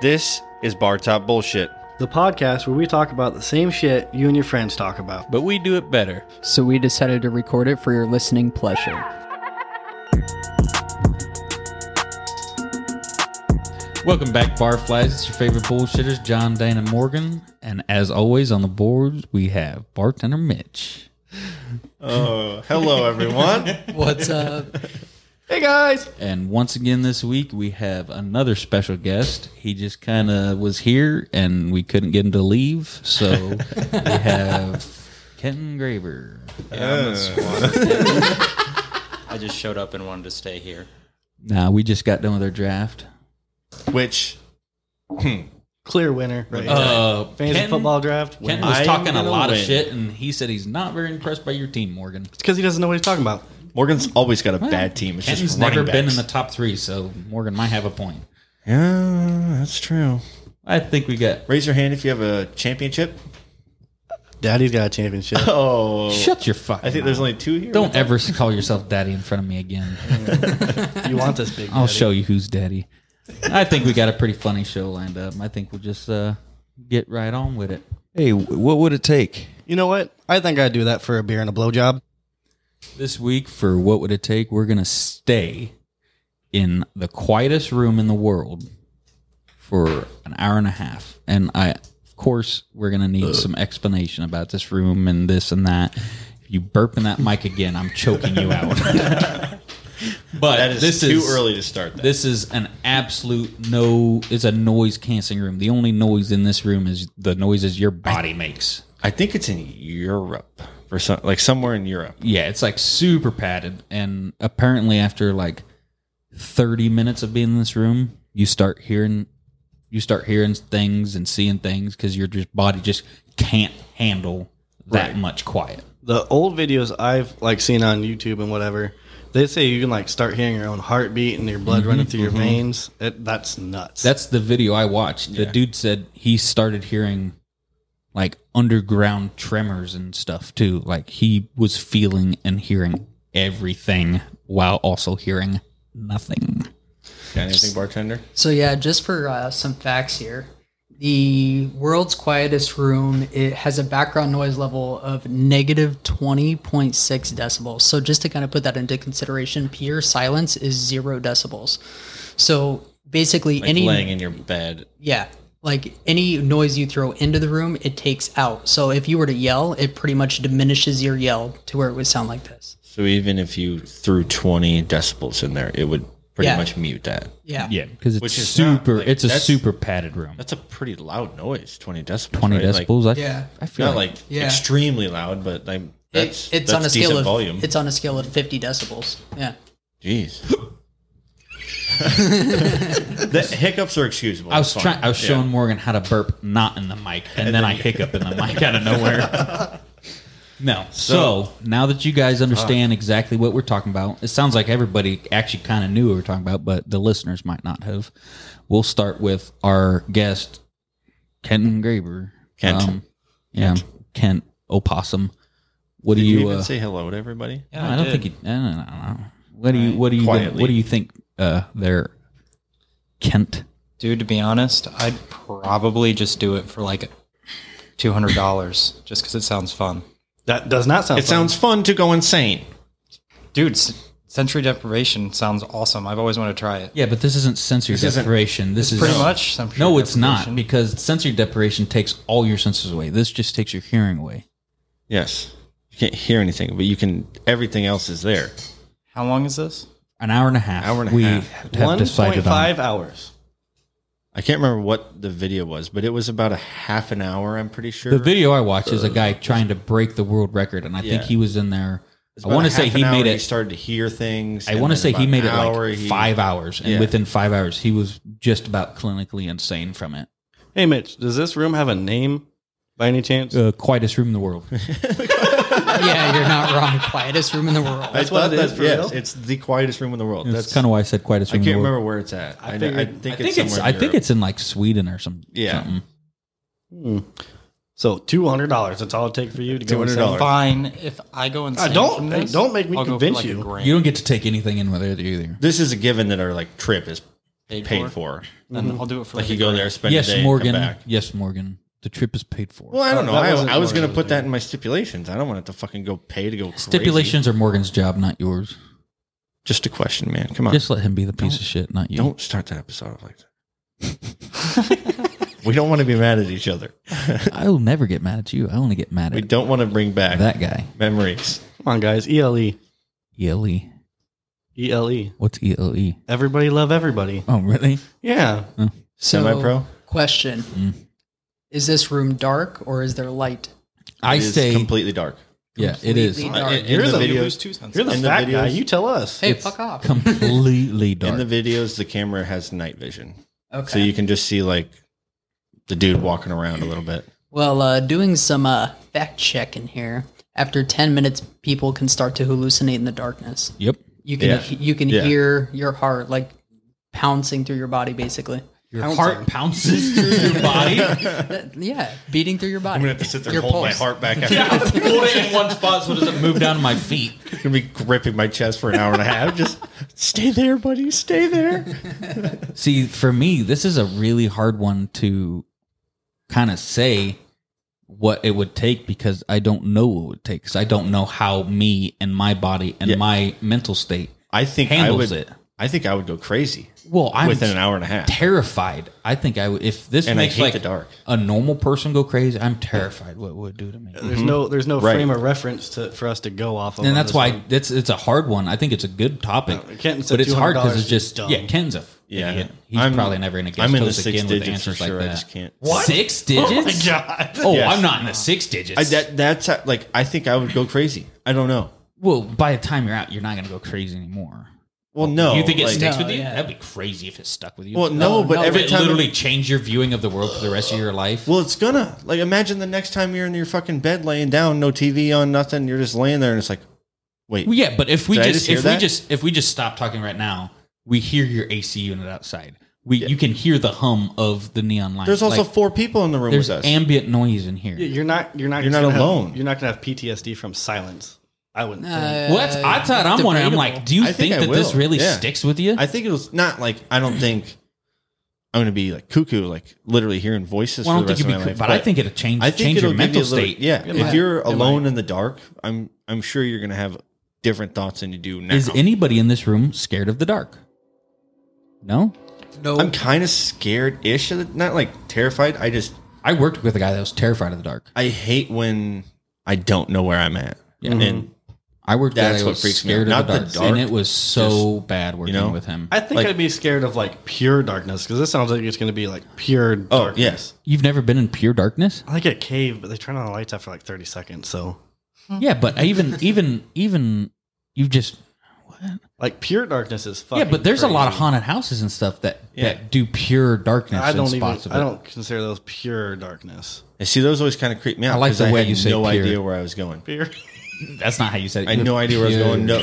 This is Bar Top Bullshit. the podcast where we talk about the same shit you and your friends talk about. but we do it better. So we decided to record it for your listening pleasure. Welcome back, Barflies. It's your favorite bullshitters, John, Dana, Morgan. And as always, on the boards, we have bartender Mitch. Oh, hello everyone. What's up? Hey guys! And once again this week, we have another special guest. He just kind of was here and we couldn't get him to leave. So we have Ken Graber. I just showed up and wanted to stay here. Now, we just got done with our draft. Which Clear winner. Right. Uh, Fantasy Ken- football draft. Ken winner. was I'm talking a gonna lot win. of shit, and he said he's not very impressed by your team, Morgan. It's because he doesn't know what he's talking about. Morgan's always got a bad team. It's Ken's just never running backs. been in the top three, so Morgan might have a point. Yeah, that's true. I think we got. Raise your hand if you have a championship. Daddy's got a championship. Oh, Shut your fucking. I think there's only two here. Don't ever call yourself daddy in front of me again. you want this big? I'll daddy. show you who's daddy. I think we got a pretty funny show lined up. I think we'll just uh, get right on with it. Hey, w- what would it take? You know what? I think I'd do that for a beer and a blowjob. This week, for What Would It Take, we're going to stay in the quietest room in the world for an hour and a half. And I, of course, we're going to need some explanation about this room and this and that. If you burp in that mic again, I'm choking you out. but That is this too is early to start. That. This is an absolute no. It's a noise canceling room. The only noise in this room is the noises your body makes. I think it's in Europe or some, like somewhere in Europe. Yeah, it's like super padded. And apparently, after like thirty minutes of being in this room, you start hearing, you start hearing things and seeing things because your just body just can't handle that much quiet. The old videos I've like seen on YouTube and whatever, they say you can like start hearing your own heartbeat and your blood running through your veins. It, that's nuts. That's the video I watched. The dude said he started hearing like underground tremors and stuff too. Like he was feeling and hearing everything while also hearing nothing. Got anything, bartender? So yeah, just for uh, some facts here, the world's quietest room it has a background noise level of negative twenty point six decibels. So just to kind of put that into consideration, pure silence is zero decibels. So basically, Like any laying in your bed. yeah, like any noise you throw into the room, it takes out. So if you were to yell, it pretty much diminishes your yell to where it would sound like this. So even if you threw 20 decibels in there, it would pretty Yeah. much mute that. Yeah. Yeah, because it's Which is not, super. like, it's a that's- super padded room. That's a pretty loud noise. 20 decibels. Twenty right? Like, decibels. I, Yeah. I feel not like, like Yeah. extremely loud, but like It- that's, that's it's on a decent scale of volume. It's on a scale of fifty decibels. Yeah. Jeez. the hiccups are excusable. I was It's fine. trying. I was Yeah. showing Morgan how to burp not in the mic, and, then, I hiccup in the mic out of nowhere. No. So, now that you guys understand uh, exactly what we're talking about, it sounds like everybody actually kind of knew what we are talking about, but the listeners might not have. We'll start with our guest, Kenton Graber. Um, Kent. yeah, Kent Opossum. What Did do you, you? even uh, say hello to everybody? no, I don't think you. I don't know. I don't know. What do you? What do you? Quietly. What do you think? Uh, there, Kent. Dude, to be honest, I'd probably just do it for like $200 just because it sounds fun. that does not sound. It sounds fun to go insane. Dude, s- sensory deprivation sounds awesome. I've always wanted to try it. Yeah, but this isn't sensory deprivation. this is Pretty much. Sensory No, it's not deprivation. because sensory deprivation takes all your senses away. This just takes your hearing away. Yes. You can't hear anything, but you can. Everything else is there. How long is this? An hour and a half. Hour and a we half. have one point decided five on. hours. I can't remember what the video was, but it was about a half an hour. I'm pretty sure. The video I watched is a guy trying to break the world record, and I think Uh, Yeah. he was in there. It's I about want a to say half he an hour, made He it. started to hear things. I and want to then say he about made it an hour, like he- five hours, and Yeah. within five hours, he was just about clinically insane from it. Hey Mitch, does this room have a name by any chance? The Uh, quietest room in the world. yeah, you're not wrong. Quietest room in the world. I That's what thought it is that- for yes, real? it's the quietest room in the world. That's kind of why I said quietest I room. can't in the world. remember where it's at. I, know- I figured- think I think it's. it's. somewhere I in think Europe. it's in like Sweden or some. Yeah. something. So two hundred dollars. That's all it takes for you to go $200. insane. Fine. If I go insane, Uh, don't- from this, don't make me I'll go for convince like a you. grand. You don't get to take anything in with it either. This is a given that our like trip is Paid, paid for. Then I'll do it for Like like you a go grand. there, spend a day, Yes, come Morgan. back. Yes, Morgan. The trip is paid for. Well, I don't Oh, know. that wasn't I, I was Morgan, going to put yeah. that in my stipulations. I don't want it to fucking go pay to go crazy. Stipulations are Morgan's job, not yours. Just a question, man. Come on. Just let him be the piece of shit, not you. Don't start that episode off like that. we don't want to be mad at each other. I will never get mad at you. I only get mad We at don't want to bring back that guy. memories. Come on, guys. E ELE. ELE. ELE. E. What's ELE? E Everybody love everybody. Oh, really? Yeah. Semi-pro? Question: Is this room dark or is there light? I It is say, completely dark. yeah, it is Completely Uh, dark. in, in You're the the- You videos, lose two cents. You're the In the fat guy. videos? You tell us. Hey, fuck off. completely dark. in the videos, the camera has night vision, okay. so you can just see like the dude walking around a little bit. Well, uh, doing some uh, fact checking here. After ten minutes, people can start to hallucinate in the darkness. yep. You can Yeah. you can Yeah. hear your heart like pouncing through your body, basically. Your heart pounces through your body. That- Uh, yeah, beating through your body. I'm your pulse. back. After yeah. Hold it in one spot so it doesn't move down to my feet. I'm gonna be gripping my chest for an hour and a half. Just stay there, buddy. Stay there. See, for me, this is a really hard one to kind of say what it would take because I don't know what it would take because I don't know how me and my body and Yeah. my mental state. I think I Handles would. it. I think I would go crazy Well, I'm within an hour and a half. terrified. I think I would if this And I makes hate like the dark. a normal person go crazy. I'm terrified what it would do to me. There's no there's no Right. frame of reference to for us to go off of. on and that's this why one. it's it's a hard one. I think it's a good topic, No, Kenton said but it's hard because it's $200 just dumb. yeah. Ken's a f- Yeah. idiot. He's I'm- probably never going to get I'm in the close six again with digits for answers sure. like I that. just can't. Six digits? Oh, God. Yes. I'm not in the six digits. I, that that's uh, like I think I would go crazy. I don't know. well, by the time you're out, you're not going to go crazy anymore. Well, no. you think it Oh, like- sticks No, with you? yeah. That'd be crazy if it stuck with you. Well, no, but If every it time literally change your viewing of the world for the rest of your life. Well, it's gonna like imagine the next time you're in your fucking bed laying down, no TV on, nothing. You're just laying there, and it's like, wait, Well, yeah, but if we Did I just, just hear if we that? just if we just stop talking right now, we hear your AC unit outside. We you can hear the hum of the neon light. there's also Like, four people in the room there's with us. ambient noise in here. Yeah, You're not you're not You're just not gonna have- alone. you're not gonna have PTSD from silence. I wouldn't think. Uh, Well, that's I thought I'm wondering. I'm like, debatable. do you I think, think I that this will. really Yeah. sticks with you? I think it was not like I don't think I'm gonna be like cuckoo, like literally hearing voices. well, I for don't the rest think you'd be, of my cool, life, but I think it'll change. I think change it'll your give you mental a little- state. Yeah, might. if you're It alone in the dark, I'm I'm sure you're gonna have different thoughts than you do now. Is anybody in this room scared of the dark? No. no. I'm kind of scared-ish, of it. not like terrified. I just I worked with a guy that was terrified of the dark. I hate when I don't know where I'm at. Yeah. And I worked with a guy That's that what was freaks me out. scared of Not the the dark, dark, and it was so bad working know? with him. I think Like- I'd be scared of like pure darkness because this sounds like it's gonna be like pure oh Mm-hmm. darkness. yes, You've never been in pure darkness? I like a cave, but they turn on the lights after like thirty seconds, so Mm-hmm. Yeah, but I even even even you just like pure darkness is fucking yeah, but there's a lot of crazy. haunted houses and stuff that Yeah. that do pure darkness. I don't in even spots of I it. don't consider those pure darkness. And see, those always kind of creep me out. I like 'cause the way had you say No pure. idea where I was going. Pure That's not how you said. it. I had no idea where I was Pure. going. No,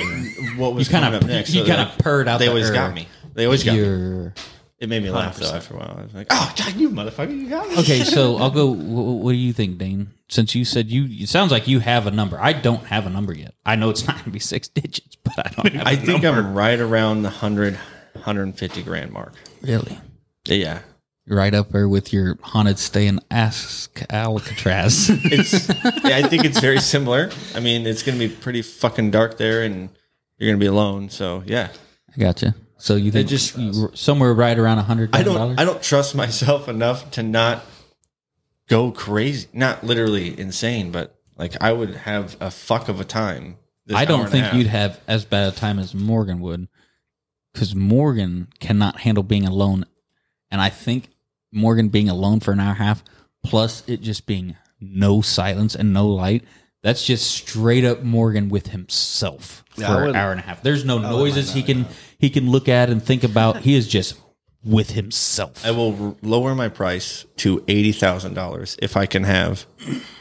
what was You kinda- coming up next? you so kinda they- purred out They the always er. got me. They always got me. Pure. It made me laugh though. After a while, I was like, "Oh, God, you motherfucker, you got me." Okay, so I'll go. What, what do you think, Dane? Since you said you, it sounds like you have a number. I don't have a number yet. I know it's not going to be six digits, but I don't have. I a think number. I'm right around the 100, 150 grand mark. really Yeah, right up there with your haunted stay in Ask Alcatraz. it's. yeah, I think it's very similar. I mean, it's going to be pretty fucking dark there, and you're going to be alone. So yeah, I gotcha. So you think just- just somewhere right around a hundred? I don't. I don't trust myself enough to not go crazy. Not literally insane, but like I would have a fuck of a time. this I hour don't and a think half. you'd have as bad a time as Morgan would, because Morgan cannot handle being alone, and I think Morgan being alone for an hour and a half, plus it just being no silence and no light, that's just straight up Morgan with himself Yeah, I for an wouldn't- hour and a half. There's no noises he can he can look at and think about. He is just with himself. I will r- lower my price to eighty thousand dollars if I can have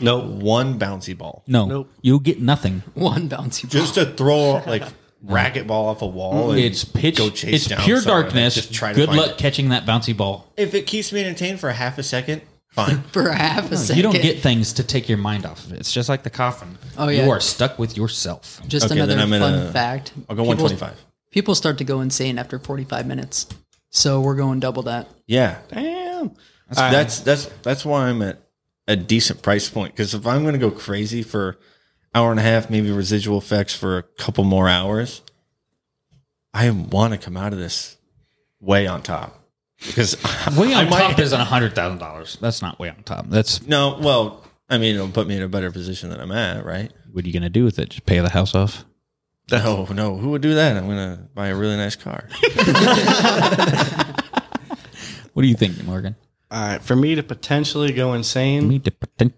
Nope. one bouncy ball, no, Nope. you'll get nothing. one bouncy ball. just to throw like racket ball off a wall. And It's pitch. Go chase it's down pure someone and darkness. just try to Good find luck it. catching that bouncy ball. if it keeps me entertained for a half a second, fine. for half a second. You don't get things to take your mind off of it. It's just like the coffin. Oh, yeah. you are stuck with yourself. just Okay, then another I'm fun gonna- fact. I'll go People- one twenty five. People start to go insane after 45 minutes. So we're going double that. Yeah, Damn. That's, that's that's that's why I'm at a decent price point. Because if I'm going to go crazy for hour and a half, maybe residual effects for a couple more hours, I want to come out of this way on top. Because Way on I might- top isn't hundred thousand dollars. That's not way on top. That's no, well, I mean, it'll put me in a better position than I'm at, right? what are you gonna do with it? Just pay the house off? No, no, who would do that? I'm going to buy a really nice car. What do you think, Morgan? All right. For me to potentially go insane, Need to pretend-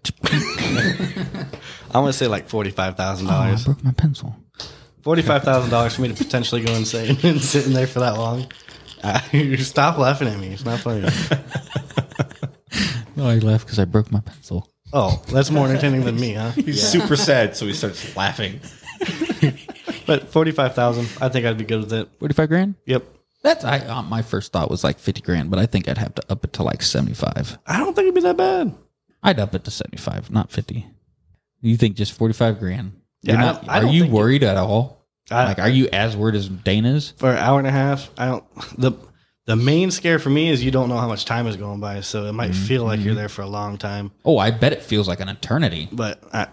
I want to say like forty-five thousand Oh, I dollars. broke my pencil. Oh. Forty-five thousand dollars for me to potentially go insane and sitting there for that long. Uh, you stop laughing at me. It's not funny. No, I laughed because I broke my pencil. Oh, that's more entertaining than me, huh? He's super sad, so he starts laughing. But forty-five thousand, I think I'd be good with it. Forty-five grand. Yep. That's I. Uh, my first thought was like fifty grand, but I think I'd have to up it to like seventy-five. I don't think it'd be that bad. I'd up it to seventy-five, not fifty. You think just forty-five grand? You're Yeah, I not- don't- I are don't you think worried at all? I- like, are you as worried as Dana's? for an hour and a half. I don't the the main scare for me is you don't know how much time is going by, so it might Mm-hmm. feel like you're there for a long time. Oh, I bet it feels like an eternity. But I,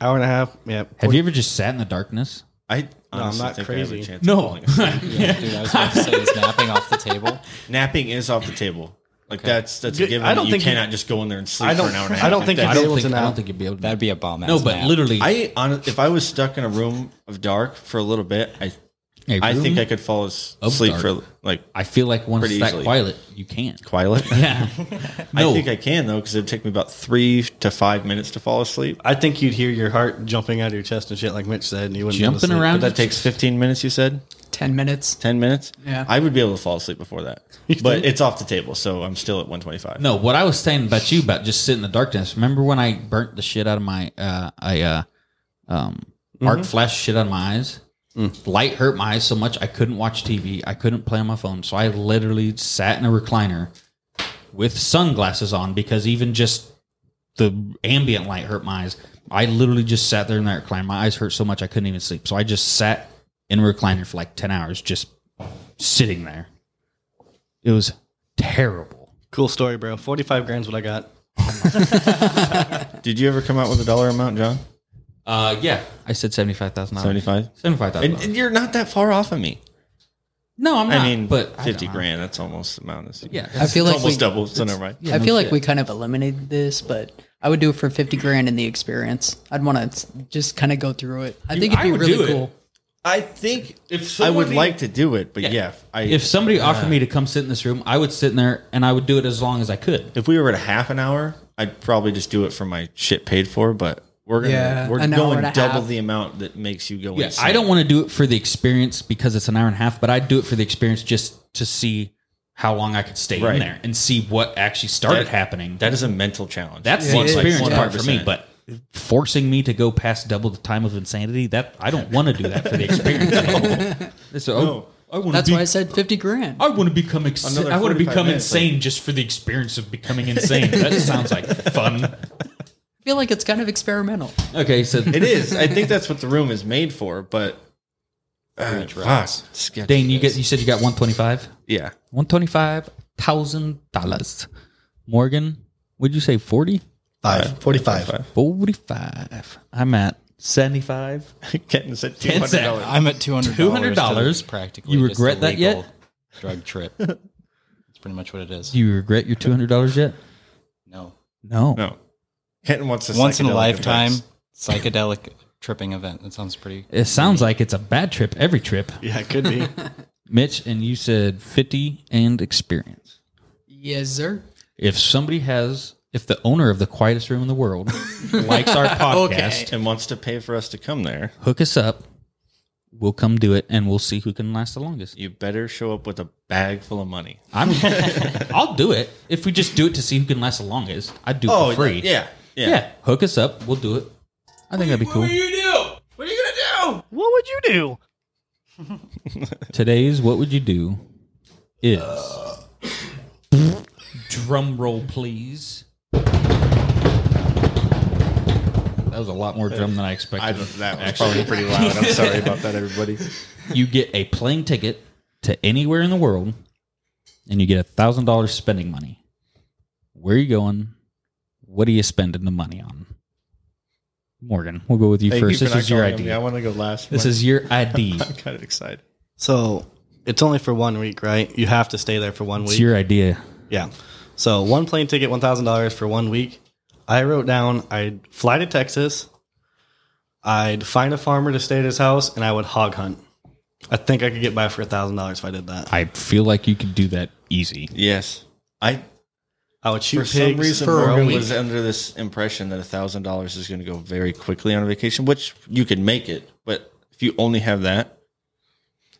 hour and a half, yeah. Have you ever just sat in the darkness? I I'm honestly not think I have a crazy. chance of falling asleep. Dude, I was about to say is napping off the table. Napping is off the table. Like that's that's a Good. given. I don't you think you- cannot just go in there and sleep I don't- for an hour and a I half. don't like think that. you I able don't to think. I nap. don't think you'd be able to. That'd be a bomb. no, but literally, I honest, if I was stuck in a room of dark for a little bit, I a I think room I could fall as- of asleep dark. for like I feel like once Pretty it's that easily. quiet, you can't. twilight. Yeah. I No. think I can though because it'd take me about three to five minutes to fall asleep. I think you'd hear your heart jumping out of your chest and shit, like Mitch said, and you wouldn't be able to Jumping sleep. around? That takes fifteen minutes. You said 10 minutes. ten minutes. Yeah. I would be able to fall asleep before that, but it's off the table, so I'm still at one twenty five. No, what I was saying about you about just sitting in the darkness. Remember when I burnt the shit out of my uh I uh um arc flash shit out of my eyes? Light hurt my eyes so much I couldn't watch TV. I couldn't play on my phone. So I literally sat in a recliner with sunglasses on because even just the ambient light hurt my eyes. I literally just sat there in that recliner. My eyes hurt so much I couldn't even sleep. So I just sat in a recliner for like ten hours, just sitting there. It was terrible. Cool story, bro. Forty-five grand's what I got. Did you ever come out with a dollar amount, John? Uh, yeah, I said seventy-five thousand dollars. Seventy five. Seventy-five thousand. And, and you're not that far off of me. No, I'm not. I mean, but I fifty don't know. grand. That's almost the amount. This Yeah, I feel like almost we, double. So never mind. I feel like we kind of eliminated this, but I would do it for 50 grand in the experience. I'd want to just kind of go through it. I think it'd I be would do really it. cool. I think if I someone would be- like to do it, but yeah, I, if if somebody offered me to come sit in this room, I would sit in there and I would do it as long as I could. if we were at a half an hour, I'd probably just do it for my shit paid for. But we're gonna Yeah, we're an hour going and a double half. the amount that makes you go. Yeah, insane. I don't want to do it for the experience because it's an hour and a half, but I'd do it for the experience just to see how long I could stay Right. in there and see what actually started That- happening. That is a mental challenge. That's Yeah, the it is. experience Yeah. part for me, but forcing me to go past double the time of insanity, that I don't want to do that for the experience. So, oh, I want That's to be Oh. why I said 50 grand. I want to become ex- Another I want to 45 become minutes, insane just for the experience of becoming insane. that sounds like fun. I feel like it's kind of experimental. Okay, so it is. I think that's what the room is made for. But uh, fuck, sketch. Dane, you get you said you got one twenty five, yeah, one twenty five thousand dollars. Morgan, would you say forty? Five. Forty-five. Forty five. I'm at seventy five. getting said two Ten hundred cents. dollars. I'm at two hundred $200? practically. You just a regret that legal yet? Drug trip. That's pretty much what it is. Do you regret your two hundred dollars yet? No, No. No, Kenton wants a once in a psychedelic lifetime effects. psychedelic tripping event. That sounds pretty. It sounds like it's a bad trip every trip. Yeah, it could be. Mitch, and you said fifty and experience. Yes, sir. If somebody has if the owner of the quietest room in the world likes our podcast, and wants to pay for us to come there. hook us up. We'll come do it, and we'll see who can last the longest. You better show up with a bag full of money. I'm, I'll do it if we just do it to see who can last the longest. I'd do it for free. Oh, yeah, yeah. Oh, yeah, Hook us up. We'll do it. I think that'd be cool. What would you do? What are you gonna do? What would you do? Today's what would you do is drum roll, please. That was a lot more drum than I expected. I don't, that was probably pretty loud. I'm sorry about that, everybody. you get a plane ticket to anywhere in the world and you get a thousand dollars spending money. Where are you going? What are you spending the money on? Morgan, we'll go with you Thank first. you for this not is your calling me. I idea. want to go last. This is your ID. I'm kind of excited. So it's only for one week, right? You have to stay there for one it's week. your idea. yeah. So one plane ticket, one thousand dollars for one week. I wrote down I'd fly to Texas, I'd find a farmer to stay at his house, and I would hog hunt. I think I could get by for a thousand dollars if I did that. I feel like you could do that easy. Yes, I I would shoot for some pigs reason for a Morgan week. was under this impression that thousand dollars is going to go very quickly on a vacation, which you can make it, but if you only have that,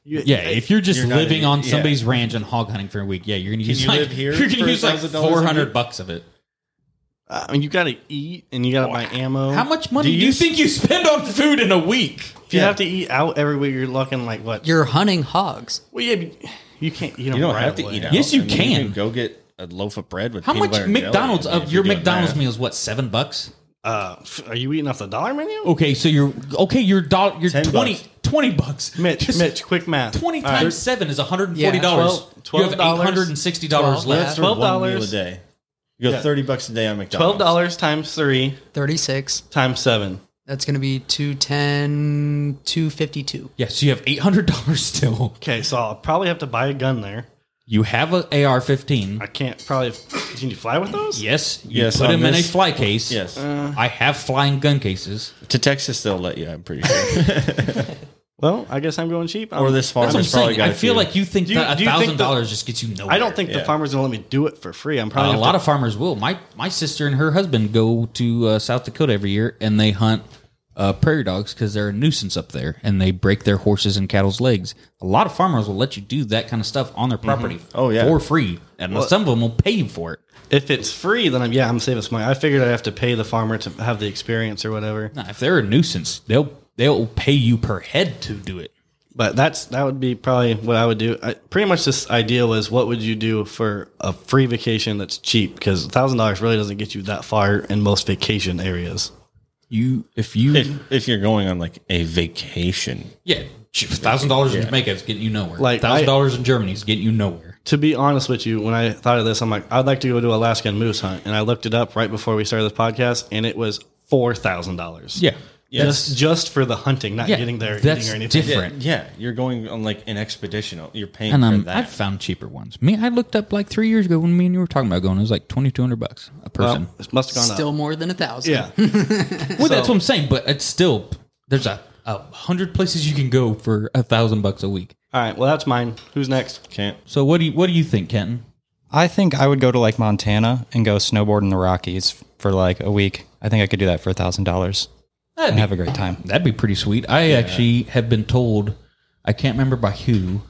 You- Yeah, if you're just You're not living an- on yeah. somebody's ranch and hog hunting for a week, yeah, you're gonna use you like, live here You're gonna for use like $1,000 a week? four hundred bucks of it. I mean, you got to eat and you got to buy ammo. How much money Do do you, you- think you spend on food in a week? If you have to eat out every week, you're looking like what? You're hunting hogs. well, yeah, but you can't. You, you don't have to eat out. Yes, you I mean, can. go get a loaf of bread with How peanut butter much and jelly. McDonald's I mean, of if your you're doing McDonald's that. meal is what seven bucks? Uh, f- are you eating off the dollar menu? Oh, Okay, so you're okay. Your dollar, your 10 20 bucks. 20 bucks. Mitch, Just Mitch, quick math. Twenty All right. times seven is one hundred and forty Yeah, dollars. You twelve- have eight $12. hundred and sixty dollars Twelve, left. For one meal $12. a day. You go Yeah. thirty bucks a day on McDonald's. Twelve dollars times three 36. times seven. That's going to be 210, 252. Yeah, so you have eight hundred dollars still. Okay, so I'll probably have to buy a gun there. You have a AR fifteen. I can't probably. Can you fly with those? Yes, you Yes, put on them in a this- fly case. Yes, I have flying gun cases. to Texas they'll let you. I'm pretty sure. Well, I guess I'm going cheap. or this That's what I'm farmer's probably saying. got. I a feel few. like you think Do you- that do a you think thousand the- dollars just gets you nowhere. I don't think the Yeah. farmer's gonna let me do it for free. I'm probably a gonna lot have of farmers will. My my sister and her husband go to uh, South Dakota every year, and they hunt uh, prairie dogs because they're a nuisance up there, and they break their horses and cattle's legs. A lot of farmers will let you do that kind of stuff on their property. Oh, yeah. for free, and some of them will pay you for it. to- If it's free, then I'm yeah, I'm saving some money. I figured I'd have to pay the farmer to have the experience or whatever. Now, if they're a nuisance, they'll they'll pay you per head to do it. But that's that would be probably what I would do. I, pretty much this idea was what would you do for a free vacation that's cheap? Because thousand dollars really doesn't get you that far in most vacation areas. You if you if, if you're going on like a vacation, yeah thousand dollars in Jamaica is getting you nowhere. Like, I- thousand dollars in Germany is getting you nowhere. to be honest with you, when I thought of this, I'm like, I'd like to go to Alaska and moose hunt, and I looked it up right before we started this podcast, and it was four thousand dollars. Yeah, just just for the hunting, not Yeah, getting there, that's eating or anything. different. Right. yeah, you're going on like an expedition. You're paying and for um, that. I've found cheaper ones. Me, I looked up like three years ago when me and you were talking about going. It was like twenty two hundred bucks a person. Well, it must have gone Still up. more than a 1,000. Yeah, Well, that's what I'm saying. But it's still there's a, a hundred places you can go for a thousand bucks a week. all right. Well, that's mine. Who's next? Can't. So what do you what do you think, Kenton? I think I would go to like Montana and go snowboard in the Rockies for like a week. I think I could do that for a thousand dollars That'd and be, have a great time. that'd be pretty sweet. I actually have been told, I can't remember by who,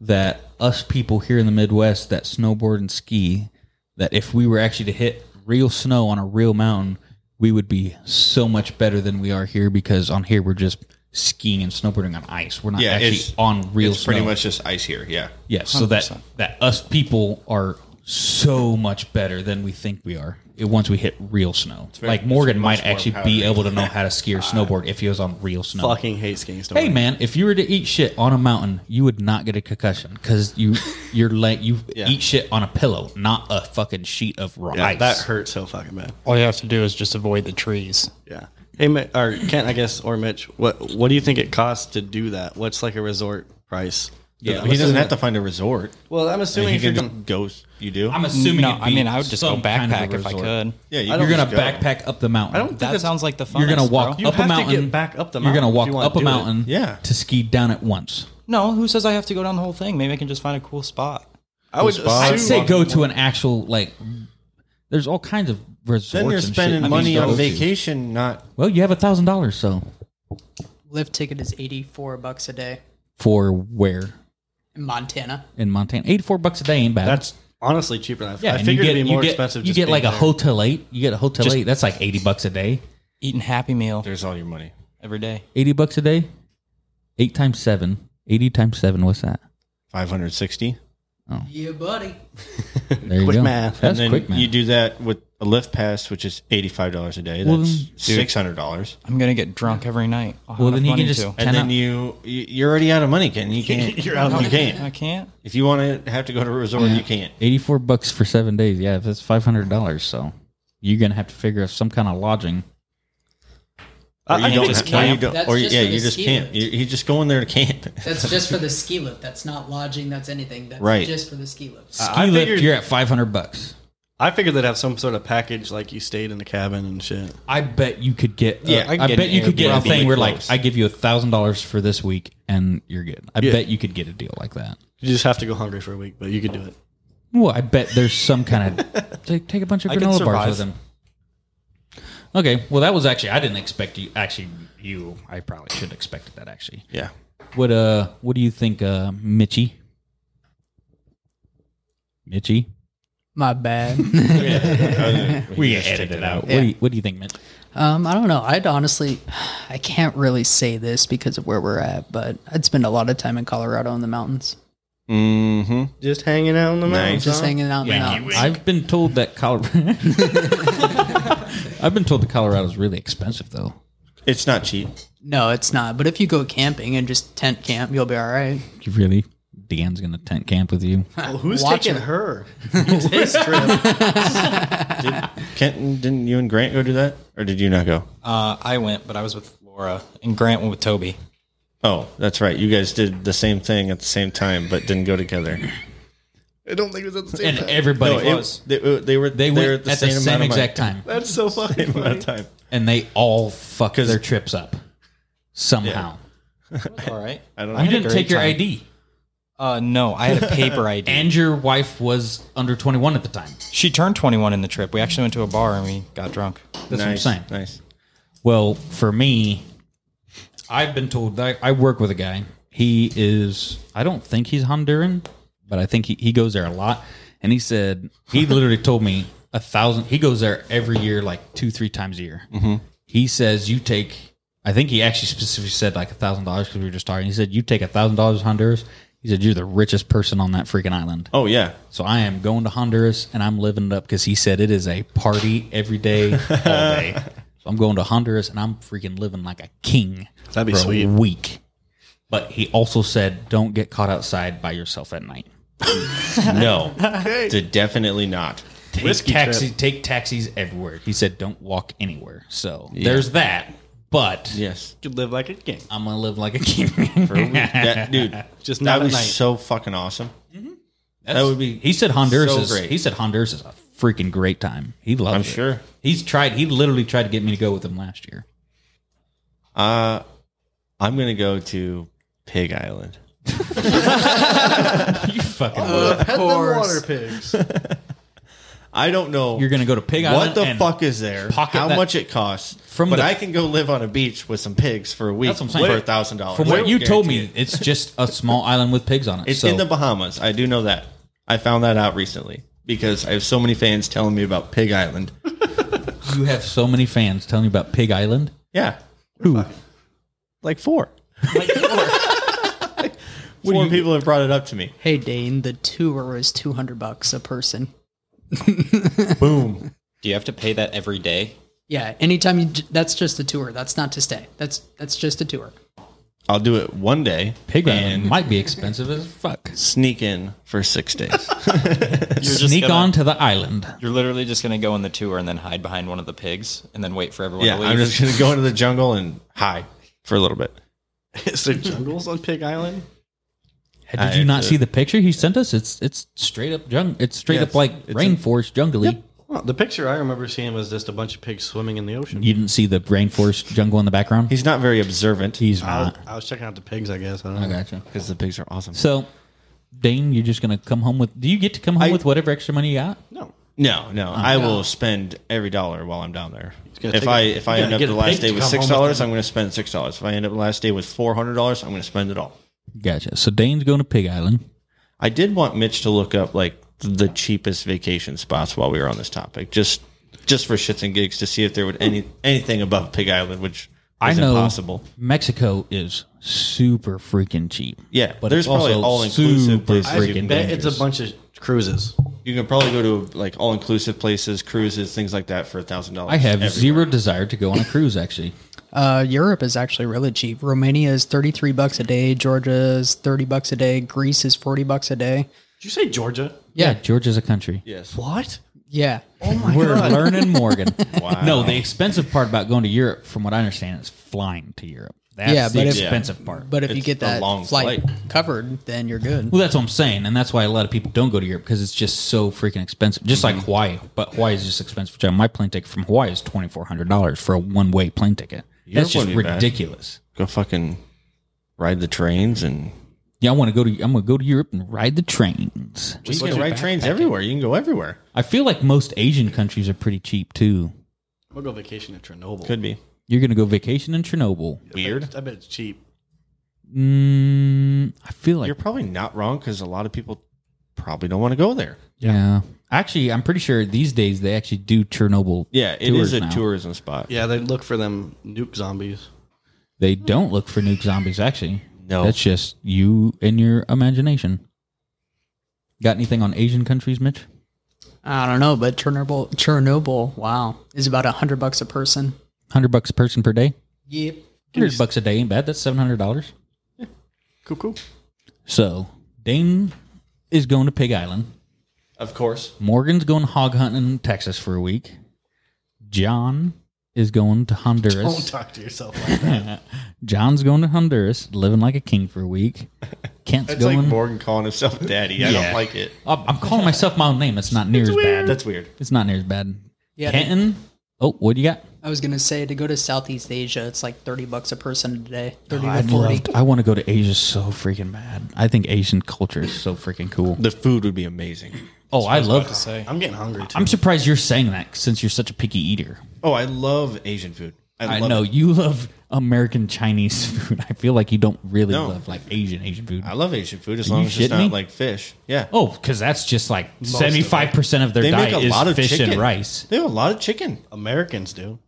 that us people here in the Midwest that snowboard and ski, that if we were actually to hit real snow on a real mountain, we would be so much better than we are here because on here we're just skiing and snowboarding on ice. We're not Yeah, it's- actually on real It's snow. pretty much just ice here. Yeah. yeah. So that 100%. that us people are so much better than we think we are. It, once we hit real snow, like Morgan might actually be able to know how to ski or snowboard if he was on real snow. Ah. Fucking hate skiing. Story. Oh. Hey man, if you were to eat shit on a mountain, you would not get a concussion because you you're like you eat shit on a pillow, not a fucking sheet of raw Yeah, ice. that hurt so fucking bad. All you have to do is just avoid the trees. Yeah. Hey, Mi- or Kent, I guess, or Mitch, what what do you think it costs to do that? What's like a resort price? Yeah, He doesn't have to find a resort. Well, I'm assuming He if you're can gonna- just go. You do. I'm assuming. no, it'd I be mean I would just go some kind backpack of a if I resort. could. yeah, you I can don't- You're just gonna go. backpack up the mountain. I don't think That it's- sounds like the fun. You're gonna walk You up a have to get mountain. back up the You're mountain gonna if walk you wanna up a do it. mountain. Yeah. To ski down at once. No, who says I have to go down the whole thing? Maybe I can just find a cool spot. I would spots. assume I'd say go to an actual like. There's all kinds of resorts. Then you're and shit you spending can money go on to. vacation, not Well, you have a thousand dollars, so Lift ticket is 84 bucks a day for where in Montana. in Montana, eighty-four bucks a day ain't bad. That's honestly cheaper than I, Yeah, I and figured you get, it'd be more you get, expensive. You just get being like a there. hotel eight. You get a hotel Just- eight. That's like eighty bucks a day. Eating Happy Meal there's all your money. every day. Eighty bucks a day. Eight times seven. Eighty times seven. What's that? Five hundred sixty. Yeah, buddy. There you Quick go. math. and That's then quick math. You do that with a lift pass, which is eighty five dollars a day. That's Well, then- six hundred dollars. I'm gonna get drunk every night. I'll have Well, enough then you money can just to. And Ten then up. you you- you're already out of money, Ken. You can't. you're out. You I can't. can't. If you want to have to go to a resort, you can't. Eighty-four bucks for seven days. Yeah, that's five hundred dollars. So you're gonna have to figure out some kind of lodging. Or you I don't. just have- or you camp. don't- That's Or you- just yeah, for the you just ski can't. lift. You- You're just going there to camp. That's just for the ski lift. That's not lodging. That's anything. That's Right. just for the ski lift. Ski I lift, figured- you're at five hundred bucks. I figured they'd have some sort of package like you stayed in the cabin and shit. I bet you could get. Yeah, I, I can get bet an you could get a Airbnb thing where like close. I give you a thousand dollars for this week and you're good. I bet you could get a deal like that. You just have to go hungry for a week, but you could do it. Well, I bet there's some kind of take, take a bunch of I can granola bars survive. with them. Okay, well that was actually I didn't expect you. Actually, you I probably should have expected that. Actually, Yeah. what uh, what do you think, uh, Mitchy? Mitchy, My bad. we edited it out. What, do you, what do you think, Mitch? Um, I don't know. I'd honestly, I can't really say this because of where we're at, but I'd spend a lot of time in Colorado in the mountains, Mm-hmm. Just hanging out in the Nice. mountains. just huh? hanging out in the mountains. I've been told that Colorado. I've been told that Colorado's really expensive though. It's not cheap. No, it's not. But if you go camping and just tent camp, you'll be all right. You really? Deanne's gonna tent camp with you. Well, who's Watch taking it. her? Taste trip. Kenton, didn't you and Grant go do that, or did you not go? Uh, I went, but I was with Laura, and Grant went with Toby. Oh, that's right. You guys did the same thing at the same time, but didn't go together. I don't think it was at the same And time. everybody No, it- they, uh, they were They they, went were at the same, amount of money. exact time, That's so fucking Same amount funny. of time. and they all fucked their trips up somehow. All right. I don't know. You had a didn't great take your time. ID, Uh, no, I had a paper ID. and your wife was under twenty-one at the time. she turned 21 in the trip. We actually went to a bar and we got drunk. That's nice, what I'm saying. Nice. Well, for me, I've been told that I work with a guy. He is, I don't think he's Honduran, but I think he, he goes there a lot. And he said, he literally told me a thousand, he goes there every year, like two, three times a year. He says, you take, I think he actually specifically said like a thousand dollars because we were just talking. He said, you take a thousand dollars Honduras. He said, you're the richest person on that freaking island. Oh yeah, So I am going to Honduras and I'm living it up because he said it is a party every day, all day. So I'm going to Honduras and I'm freaking living like a king That'd be for sweet. a week. But he also said, don't get caught outside by yourself at night. no, to definitely not. Take Risky taxi, trip. take taxis everywhere. He said, don't walk anywhere. So there's that. But Yes, You could live like a king. I'm gonna live like a king. for a week. that dude. Just that not at was night. so fucking awesome. That would be. He said Honduras so is great. he said Honduras is a freaking great time. He loves. I'm it. sure. He's tried he literally tried to get me to go with him last year. Uh, I'm gonna go to Pig Island. You fucking Oh, Pet Of them water course. pigs. I don't know. You're gonna go to Pig Island. what the and- fuck is there? pocket How that- much it costs? From but the- I can go live on a beach with some pigs for a week That's what I'm saying. for a Wait. thousand dollars. From what you told me, it's just a small island with pigs on it. It's so in the Bahamas. I do know that. I found that out recently because I have so many fans telling me about Pig Island. you have so many fans telling you about Pig Island. Yeah. Who? Like four. Like four. four people have brought it up to me. Hey, Dane, the tour is 200 bucks a person. Boom. Do you have to pay that every day? Yeah, anytime you, j- that's just a tour. That's not to stay. That's that's just a tour. I'll do it one day. Pig Island and might be expensive as fuck. sneak in for six days. You're Sneak gonna, onto the island. You're literally just going to go on the tour and then hide behind one of the pigs and then wait for everyone yeah, to leave. I'm just gonna go into the jungle and hide for a little bit. Is there jungles on Pig Island? Did I you not have to- see the picture he sent us? It's it's straight up jungle. It's straight Yes, up like it's a- rainforest jungly. Well, the picture I remember seeing was just a bunch of pigs swimming in the ocean. You didn't see the rainforest jungle in the background. He's not very observant He's I, was, not. I was checking out the pigs, I guess. I don't know. I gotcha. because the pigs are awesome. So, Dane, you're just gonna come home with? Do you get to come home I- with whatever extra money you got? No. No, no, I will spend every dollar while I'm down there. gonna If take I a- if I you Oh, gotta end up get the a last pig day to with come home six with dollars, I'm going to spend six dollars. If I end up the last day with four hundred dollars, I'm going to spend it all. Gotcha. So Dane's going to Pig Island. I did want Mitch to look up like the cheapest vacation spots while we were on this topic, just just for shits and gigs to see if there would any anything above Pig Island, which I is know impossible. Mexico is super freaking cheap. Yeah, but there's it's probably also all inclusive super places you freaking can go. Bet it's a bunch of cruises. You can probably go to like all inclusive places, cruises, things like that for a thousand dollars. I have zero desire to go on a cruise. Actually, Uh, Europe is actually really cheap. Romania is 33 bucks a day. Georgia is 30 bucks a day. Greece is 40 bucks a day. Did you say Georgia? yeah, Georgia's a country. Yes. What? Yeah. Oh We're learning Morgan. Wow. No, the expensive part about going to Europe, from what I understand, is flying to Europe. That's Yeah, the but if- expensive part. But if you It's get a that long flight, flight. covered, then you're good. well, that's what I'm saying, and that's why a lot of people don't go to Europe because it's just so freaking expensive. Just Mm-hmm. like Hawaii, but Hawaii is just expensive. My plane ticket from Hawaii is twenty four hundred dollars for a one way plane ticket. Europe that's just wouldn't be bad. ridiculous. Go fucking ride the trains and Yeah, I want to go to. I'm going to go to Europe and ride the trains. you can ride trains everywhere. You can go everywhere. I feel like most Asian countries are pretty cheap too. We'll go vacation to Chernobyl. Could be You're going to go vacation in Chernobyl. weird. I bet it's cheap. Mm, I feel like You're probably not wrong because a lot of people probably don't want to go there. yeah. Actually, I'm pretty sure these days they actually do Chernobyl. Yeah, it is tours a now. tourism spot. Yeah, they look for them nuke zombies. They don't look for nuke zombies. Actually, No. That's just you and your imagination. Got anything on Asian countries, Mitch? I don't know, but Chernobyl, Chernobyl, wow, is about 100 bucks a person. Hundred bucks a person per day. Yep. Hundred bucks a day ain't bad. That's seven hundred dollars. Cool, cool. So Dane is going to Pig Island. Of course. Morgan's going hog hunting in Texas for a week. John is going to Don't Honduras. talk to yourself like that. John's going to Honduras, living like a king for a week. Kent's It's like going. Morgan calling himself daddy. I Yeah. don't like it. I'm I'm calling myself my own name. It's not near as bad. That's weird. It's not near as bad. Yeah, Kenton. Oh, what do you got? I was going to say to go to Southeast Asia, it's like 30 bucks a person a day, 30 I Oh, to 40. loved. I want to go to Asia so freaking bad. I think Asian culture is so freaking cool. The food would be amazing. Oh, I love. say. I'm getting hungry too. I'm surprised you're saying that since you're such a picky eater. Oh, I love Asian food. I, I love know It. you love American Chinese food. I feel like you don't really No. love like Asian Asian food. I love Asian food as Are long you as it's shitting not me? like fish. Yeah. Oh, because that's just like seventy five percent of their They diet make a is lot of fish chicken. and rice. They have a lot of chicken. Americans do.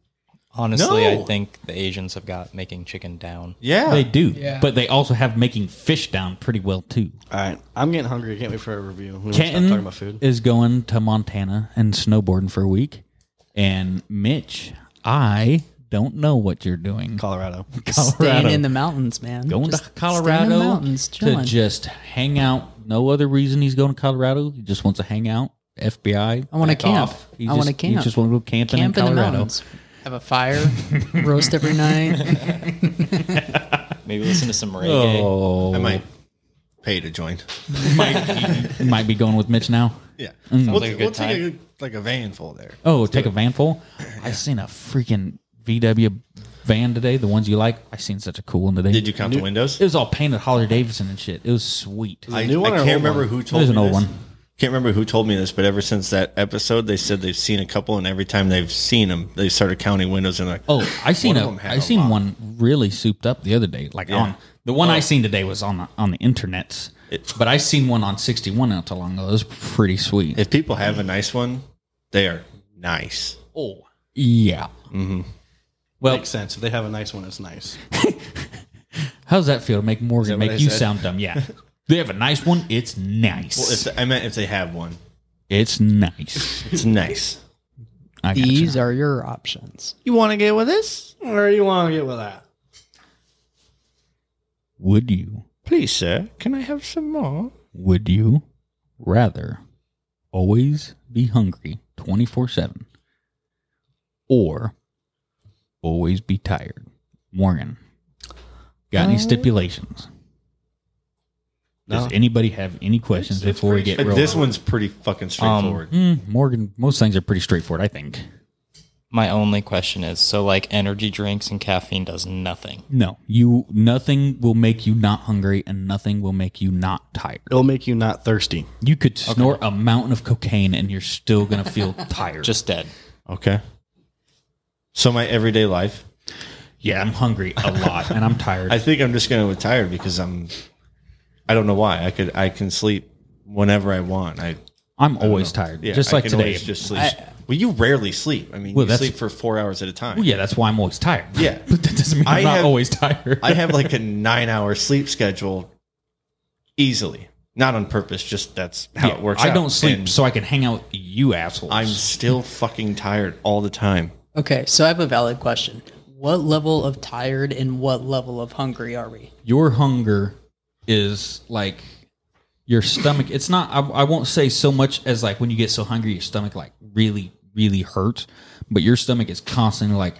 Honestly, No. I think the Asians have got making chicken down. Yeah. They do, Yeah. but they also have making fish down pretty well too. All right, I'm getting hungry. I can't wait for a review. We stop talking Kenton about food. is going to Montana and snowboarding for a week, and Mitch, I don't know what you're doing. Colorado. Colorado. Staying in the mountains, man. going to Just stay in the Colorado mountains, to chilling. just hang out. No other reason he's going to Colorado. He just wants to hang out. FBI. I wanna back camp. off. He I wanna just- He camp. just want to go camping camp in in the Colorado. mountains. Have a fire, roast every night. Maybe listen to some reggae. oh, I might pay to join. might, might be going with Mitch now. Yeah. We'll, like a good we'll take time. a, like a van full there. Oh, take a van full. I seen a freaking VW van today. The ones you like. I seen such a cool one today. Did you count the windows? It was all painted Holler Davidson and shit. It was sweet. I, new one I or an can't old remember one? who told was me an old this. one. Can't remember who told me this, but ever since that episode, they said they've seen a couple, and every time they've seen them, they started counting windows and like, Oh, I One seen of a, them had I a seen lot. Oh. one really souped up the other day. Like on the one I seen today was on the on the internets, but I seen one on sixty one not too long ago. It was pretty sweet. if people have a nice one, they are nice. oh yeah. Mm-hmm. Well, Makes sense. If they have a nice one, it's nice. how does that feel to make Morgan what I make you said? sound dumb? Yeah, they have a nice one. It's nice. Well, if I meant if they have one, it's nice. it's nice. I E gotcha. These are your options. You want to get with this? Where do you want to get with that? Would you? Please, sir. Can I have some more? Would you rather always be hungry 24 7 or always be tired? Morgan, got any stipulations? No. Does anybody have any questions before we get rolling? This one's pretty fucking straightforward. Mm, Morgan, most things are pretty straightforward, I think. My only question is so, like, energy drinks and caffeine does nothing. No, you nothing will make you not hungry, and nothing will make you not tired. It'll make you not thirsty. You could snort a mountain of cocaine, and you're still gonna feel tired. Just dead. Um, okay. So my everyday life, yeah, I'm hungry a lot, and I'm tired. I think I'm just gonna retire because I'm. I don't know why. I could. I can sleep whenever I want. I I'm always tired. yeah. just I like can today. always just sleep. well, you rarely sleep. I mean, Well, you that's- sleep for four hours at a time. Well, Oh, yeah, that's why I'm always tired. Yeah. but that doesn't mean I'm I not have- always tired. I have like a nine-hour sleep schedule, easily. Not on purpose, just that's how it works. I out. don't sleep, And so I can hang out with you assholes. I'm still fucking tired all the time. Okay, so I have a valid question. What level of tired and what level of hungry are we? your hunger is like your stomach it's not I, I won't say so much as like when you get so hungry your stomach like really really hurts but your stomach is constantly like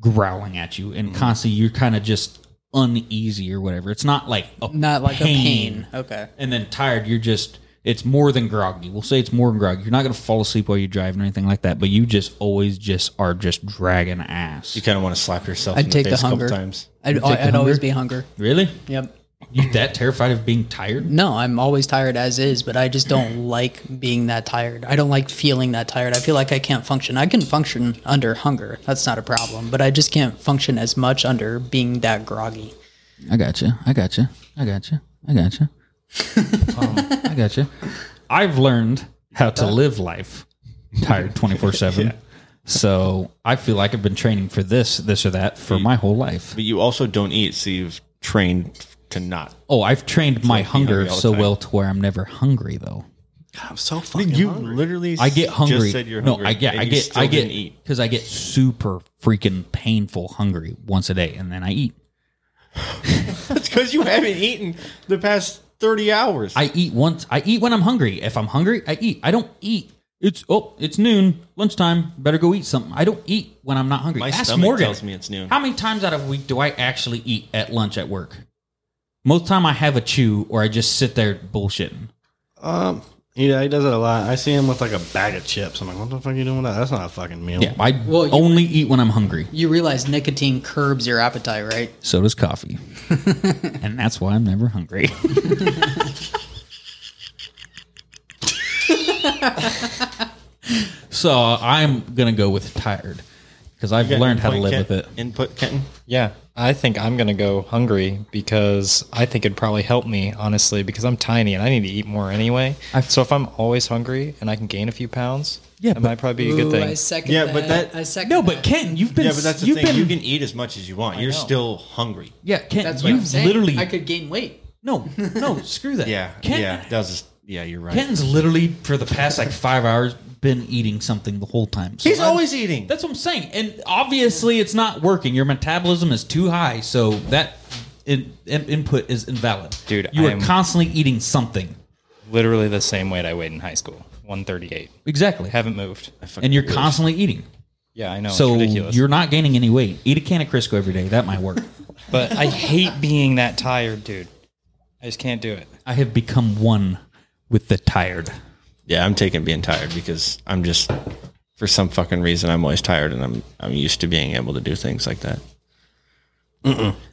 growling at you Mm. and constantly you're kind of just uneasy or whatever it's not like a Not like a pain. Okay. and then tired you're just it's more than groggy we'll say it's more than groggy you're not going to fall asleep while you're driving or anything like that but you just always just are just dragging ass You kind of want to slap yourself I'd in take the the face a couple hunger. times. I'd, take the I'd always hunger? be hunger. really Yep. you that terrified of being tired No, I'm always tired as is, but I just don't like being that tired. I don't like feeling that tired. I feel like I can't function. I can function under hunger. That's not a problem, but I just can't function as much under being that groggy. I got you. I got you. I got you. I got you. I got you. I've learned how to live life tired 24 7. So I feel like I've been training for this, this or that for my whole life. But you also don't eat, so you've trained to not. Oh, I've trained my hunger hungry all the so time. well to where I'm never hungry though. I'm so fucking You hungry. literally, I get hungry. Just said you're hungry. no, I get, and I you get, still I get, didn't eat. because I get super freaking painful hungry once a day, and then I eat. It's because you haven't eaten the past thirty hours. I eat once. I eat when I'm hungry. If I'm hungry, I eat. I don't eat. It's oh, it's noon, lunchtime. Better go eat something. I don't eat when I'm not hungry. My Ask stomach Morgan. tells me it's noon. How many times out of a week do I actually eat at lunch at work? Most time I have a chew or I just sit there bullshitting. Um, yeah, he does it a lot. I see him with like a bag of chips. I'm like, what the fuck are you doing with that? That's not a fucking meal. Yeah, I Well, you- only eat when I'm hungry. You realize nicotine curbs your appetite, right? So does coffee, and that's why I'm never hungry. so I'm gonna go with tired because I've learned how to live with it. Input, Kenton. Yeah, I think I'm gonna go hungry because I think it'd probably help me honestly because I'm tiny and I need to eat more anyway. I've- so if I'm always hungry and I can gain a few pounds, Yeah, that but- might probably be a good Ooh, thing. I second Yeah, that. but that- I second No, but that. Ken, you've been Yeah, but that's the you've thing. been you can eat as much as you want. You're still hungry. yeah Ken, That's what I'm you've saying. literally I could gain weight. no no screw that Yeah, Ken, yeah. That was just, yeah. You're right. Ken's literally for the past like five hours been eating something the whole time. So He's I'm- always eating. That's what I'm saying. And obviously, it's not working. Your metabolism is too high, so that in, in- input is invalid. Dude, you I are am- constantly eating something. Literally the same weight I weighed in high school, 138. Exactly. Haven't moved. And you're constantly eating. Yeah, I know. it's so ridiculous. you're not gaining any weight. Eat a can of Crisco every day. That might work. but I hate being that tired, dude. I just can't do it. I have become one with the tired. Yeah, I'm taking being tired because I'm just for some fucking reason I'm always tired and I'm I'm used to being able to do things like that.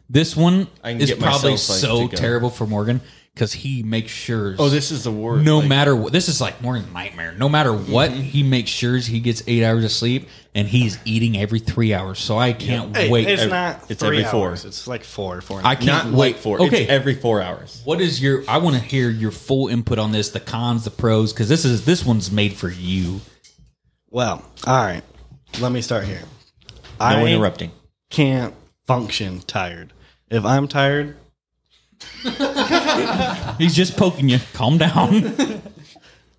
This one I can is get probably myself, like, so to go. terrible for Morgan because he makes sure. Oh, this is the word. no matter what this is like Mm-hmm. morning nightmare no matter what he makes sure he gets eight hours of sleep and he's eating every three hours so i can't Hey, wait it's not. it's three every four. hours. It's like four, four. And a i half. not can't like wait four. okay It's every four hours. what is your i want to hear your full input on this the cons the pros because this is this one's made for you well, all right. Let me start here. No I interrupting. can't function tired. If I'm tired, he's just poking you calm down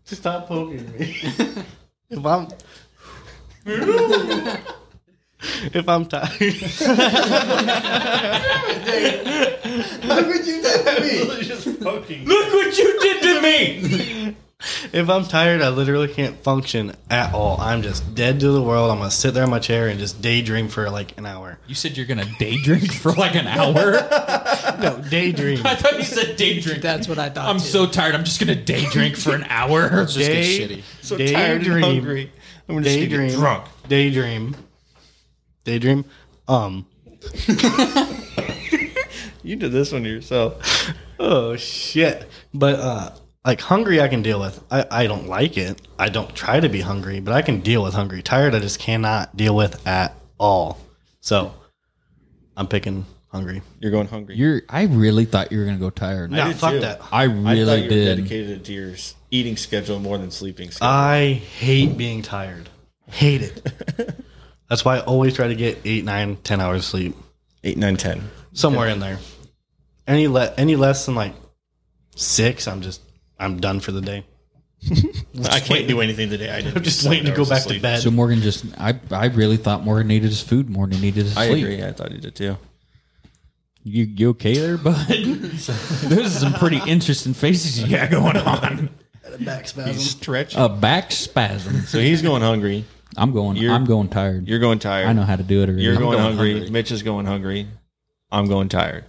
Stop poking me. if I'm if I'm tired. look what you did to me If I'm tired, I literally can't function at all. I'm just dead to the world. I'm gonna sit there in my chair and just daydream for like an hour. you said you're gonna day drink for like an hour No, daydream. i thought you said day drink That's what I thought. i'm too. so tired i'm just gonna day drink for an hour Just get Day- shitty. So daydream. tired and hungry. I'm just gonna Daydream. get drunk. Daydream. Daydream. Um. You did this one to yourself. Oh shit. But uh like hungry I can deal with. I, I don't like it. I don't try to be hungry, but I can deal with hungry. Tired I just cannot deal with at all. So I'm picking hungry. You're going hungry. you're i really thought you were gonna go tired No, did fuck too. that. I I thought really you were did. dedicated to your s- eating schedule more than sleeping schedule. I hate being tired. Hate it. That's why I always try to get eight, nine, ten hours sleep. Eight, nine, ten. Somewhere in there. Any le- any less than like six, I'm just I'm done for the day. I can't do anything today. I didn't I'm just waiting to go back to bed. So Morgan just, I, I really thought Morgan needed his food more than he needed his I sleep. agree. I thought you did too. You, you okay there, bud? Those are some pretty interesting faces you got going on. back He's spasm. stretching. A back spasm. So he's going hungry. I'm going. You're- I'm going tired. You're going tired. I know how to do it. Already. You're I'm going, hungry. Mitch is going hungry. I'm going tired.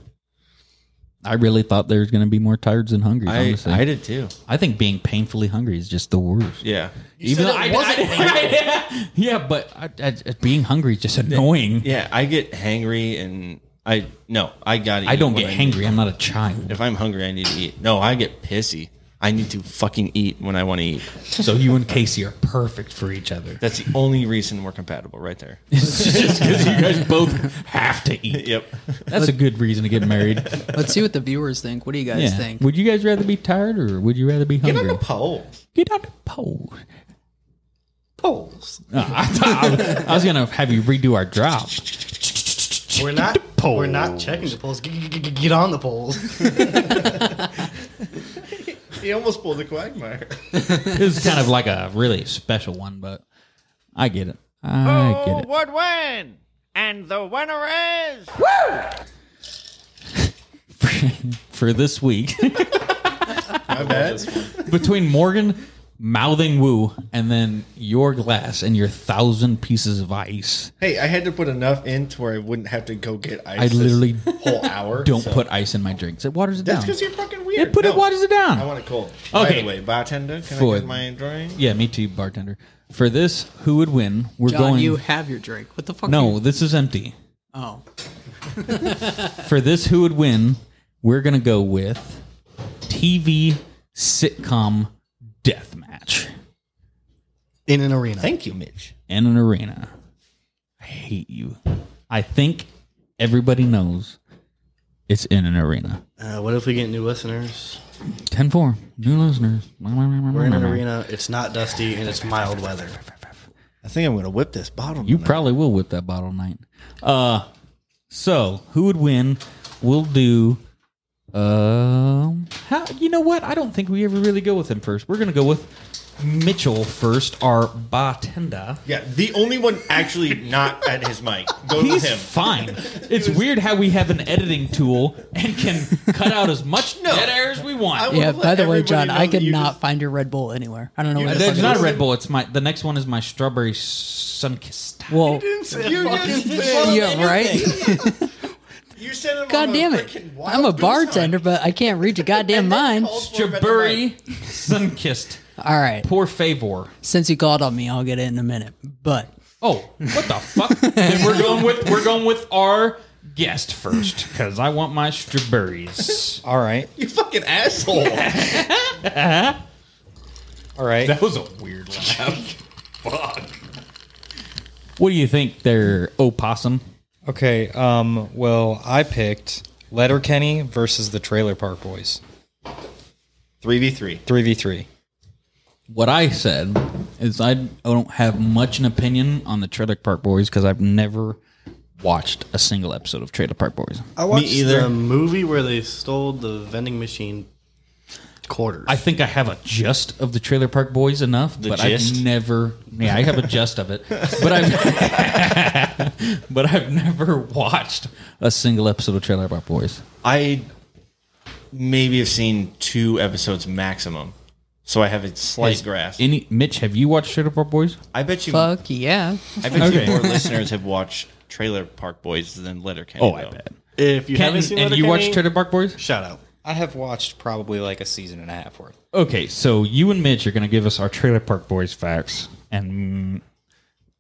I really thought there was going to be more tireds than hungry. I, I, honestly, I I, did too. think being painfully hungry is just the worst. Yeah. Even though I, I- yeah, but I, I, being hungry is just annoying. Yeah. I get hangry and I, no, I got to I don't get hangry. I'm not a child. If I'm hungry, I need to eat. No, I get pissy. I need to fucking eat when I want to eat. So you and Casey are perfect for each other. That's the only reason we're compatible right there. It's just because you guys both have to eat. yep. That's a good reason to get married. Let's see what the viewers think. What do you guys Yeah. think? Would you guys rather be tired or would you rather be hungry? pole. Get on the pole. Poles. I, thought- I was gonna have you redo our drop. We're not we're not checking the polls. G- g- g- g- Get on the polls. He almost pulled a quagmire. This is kind of like a really special one, but I get it. I Oh, get it. would win, and the winner is. For this week, My bad. between Morgan mouthing woo and then your glass and your thousand pieces of ice, Hey, I had to put enough in to where I wouldn't have to go get ice. I this literally whole hour. don't so- put ice in my drinks. It waters it That's down. because you're fucking Yeah, weird. put it No, waters it down. I want it cold. Okay. By the way, bartender, can For- I get my drink? yeah, me too, bartender. For this, who would win? We're John, going. you have your drink. What the fuck? are no, you- this is empty. Oh, for this who would win we're gonna go with tv sitcom death match In an arena. Thank you, Mitch. in an arena i hate you i think everybody knows it's in an arena Uh, what if we get new listeners? 10-4 new listeners We're Mm-hmm. in an arena. It's not dusty and it's mild weather. I think I'm going to whip this bottle. you probably will whip that bottle tonight uh so who would win we'll do um how you know what i don't think we ever really go with him first we're gonna go with mitchell first our bartender Yeah, the only one actually not at his mic. Go He's with him. fine. It's weird how we have an editing tool and can cut out as much dead air as we want. I will- yeah. Let By the way, everybody John, know I that you could not just- find your Red Bull anywhere. I don't know where the fuck There's it not is. a Red Bull. It's my. The next one is my strawberry sunkist. Well, You just said- yeah, right. You sent him on God a damn it! freaking wild I'm a goose bartender, hunt. but I can't read your goddamn mind. Calls for him at the Strawberry mic. sunkist. All right. Por favor. Since you called on me, I'll get it in a minute. But Oh, what the fuck? then we're going with we're going with our guest first because I want my strawberries. All right. You fucking asshole. All right. That was a weird laugh. Fuck. What do you think, there, opossum? Okay. Um. Well, I picked Letterkenny versus the Trailer Park Boys. 3v3. Three v three. what I said is I don't have much an opinion on the Trailer Park Boys because I've never watched a single episode of Trailer Park Boys. I watched the movie where they stole the vending machine quarters. I think I have a gist of the Trailer Park Boys enough, but gist? I've never. Yeah, I have a gist of it, but I've but I've never watched a single episode of Trailer Park Boys. I maybe have seen two episodes maximum. So I have a slight grasp. Any Mitch, have you watched Trailer Park Boys? I bet you fuck yeah. I bet Okay. you more listeners have watched Trailer Park Boys than Letterkenny. Oh, though. if you Ken, haven't seen and you Letterkenny, watched Trailer Park Boys? shout out. I have watched probably like a season and a half worth. Okay, so you and Mitch are going to give us our Trailer Park Boys facts, and mm,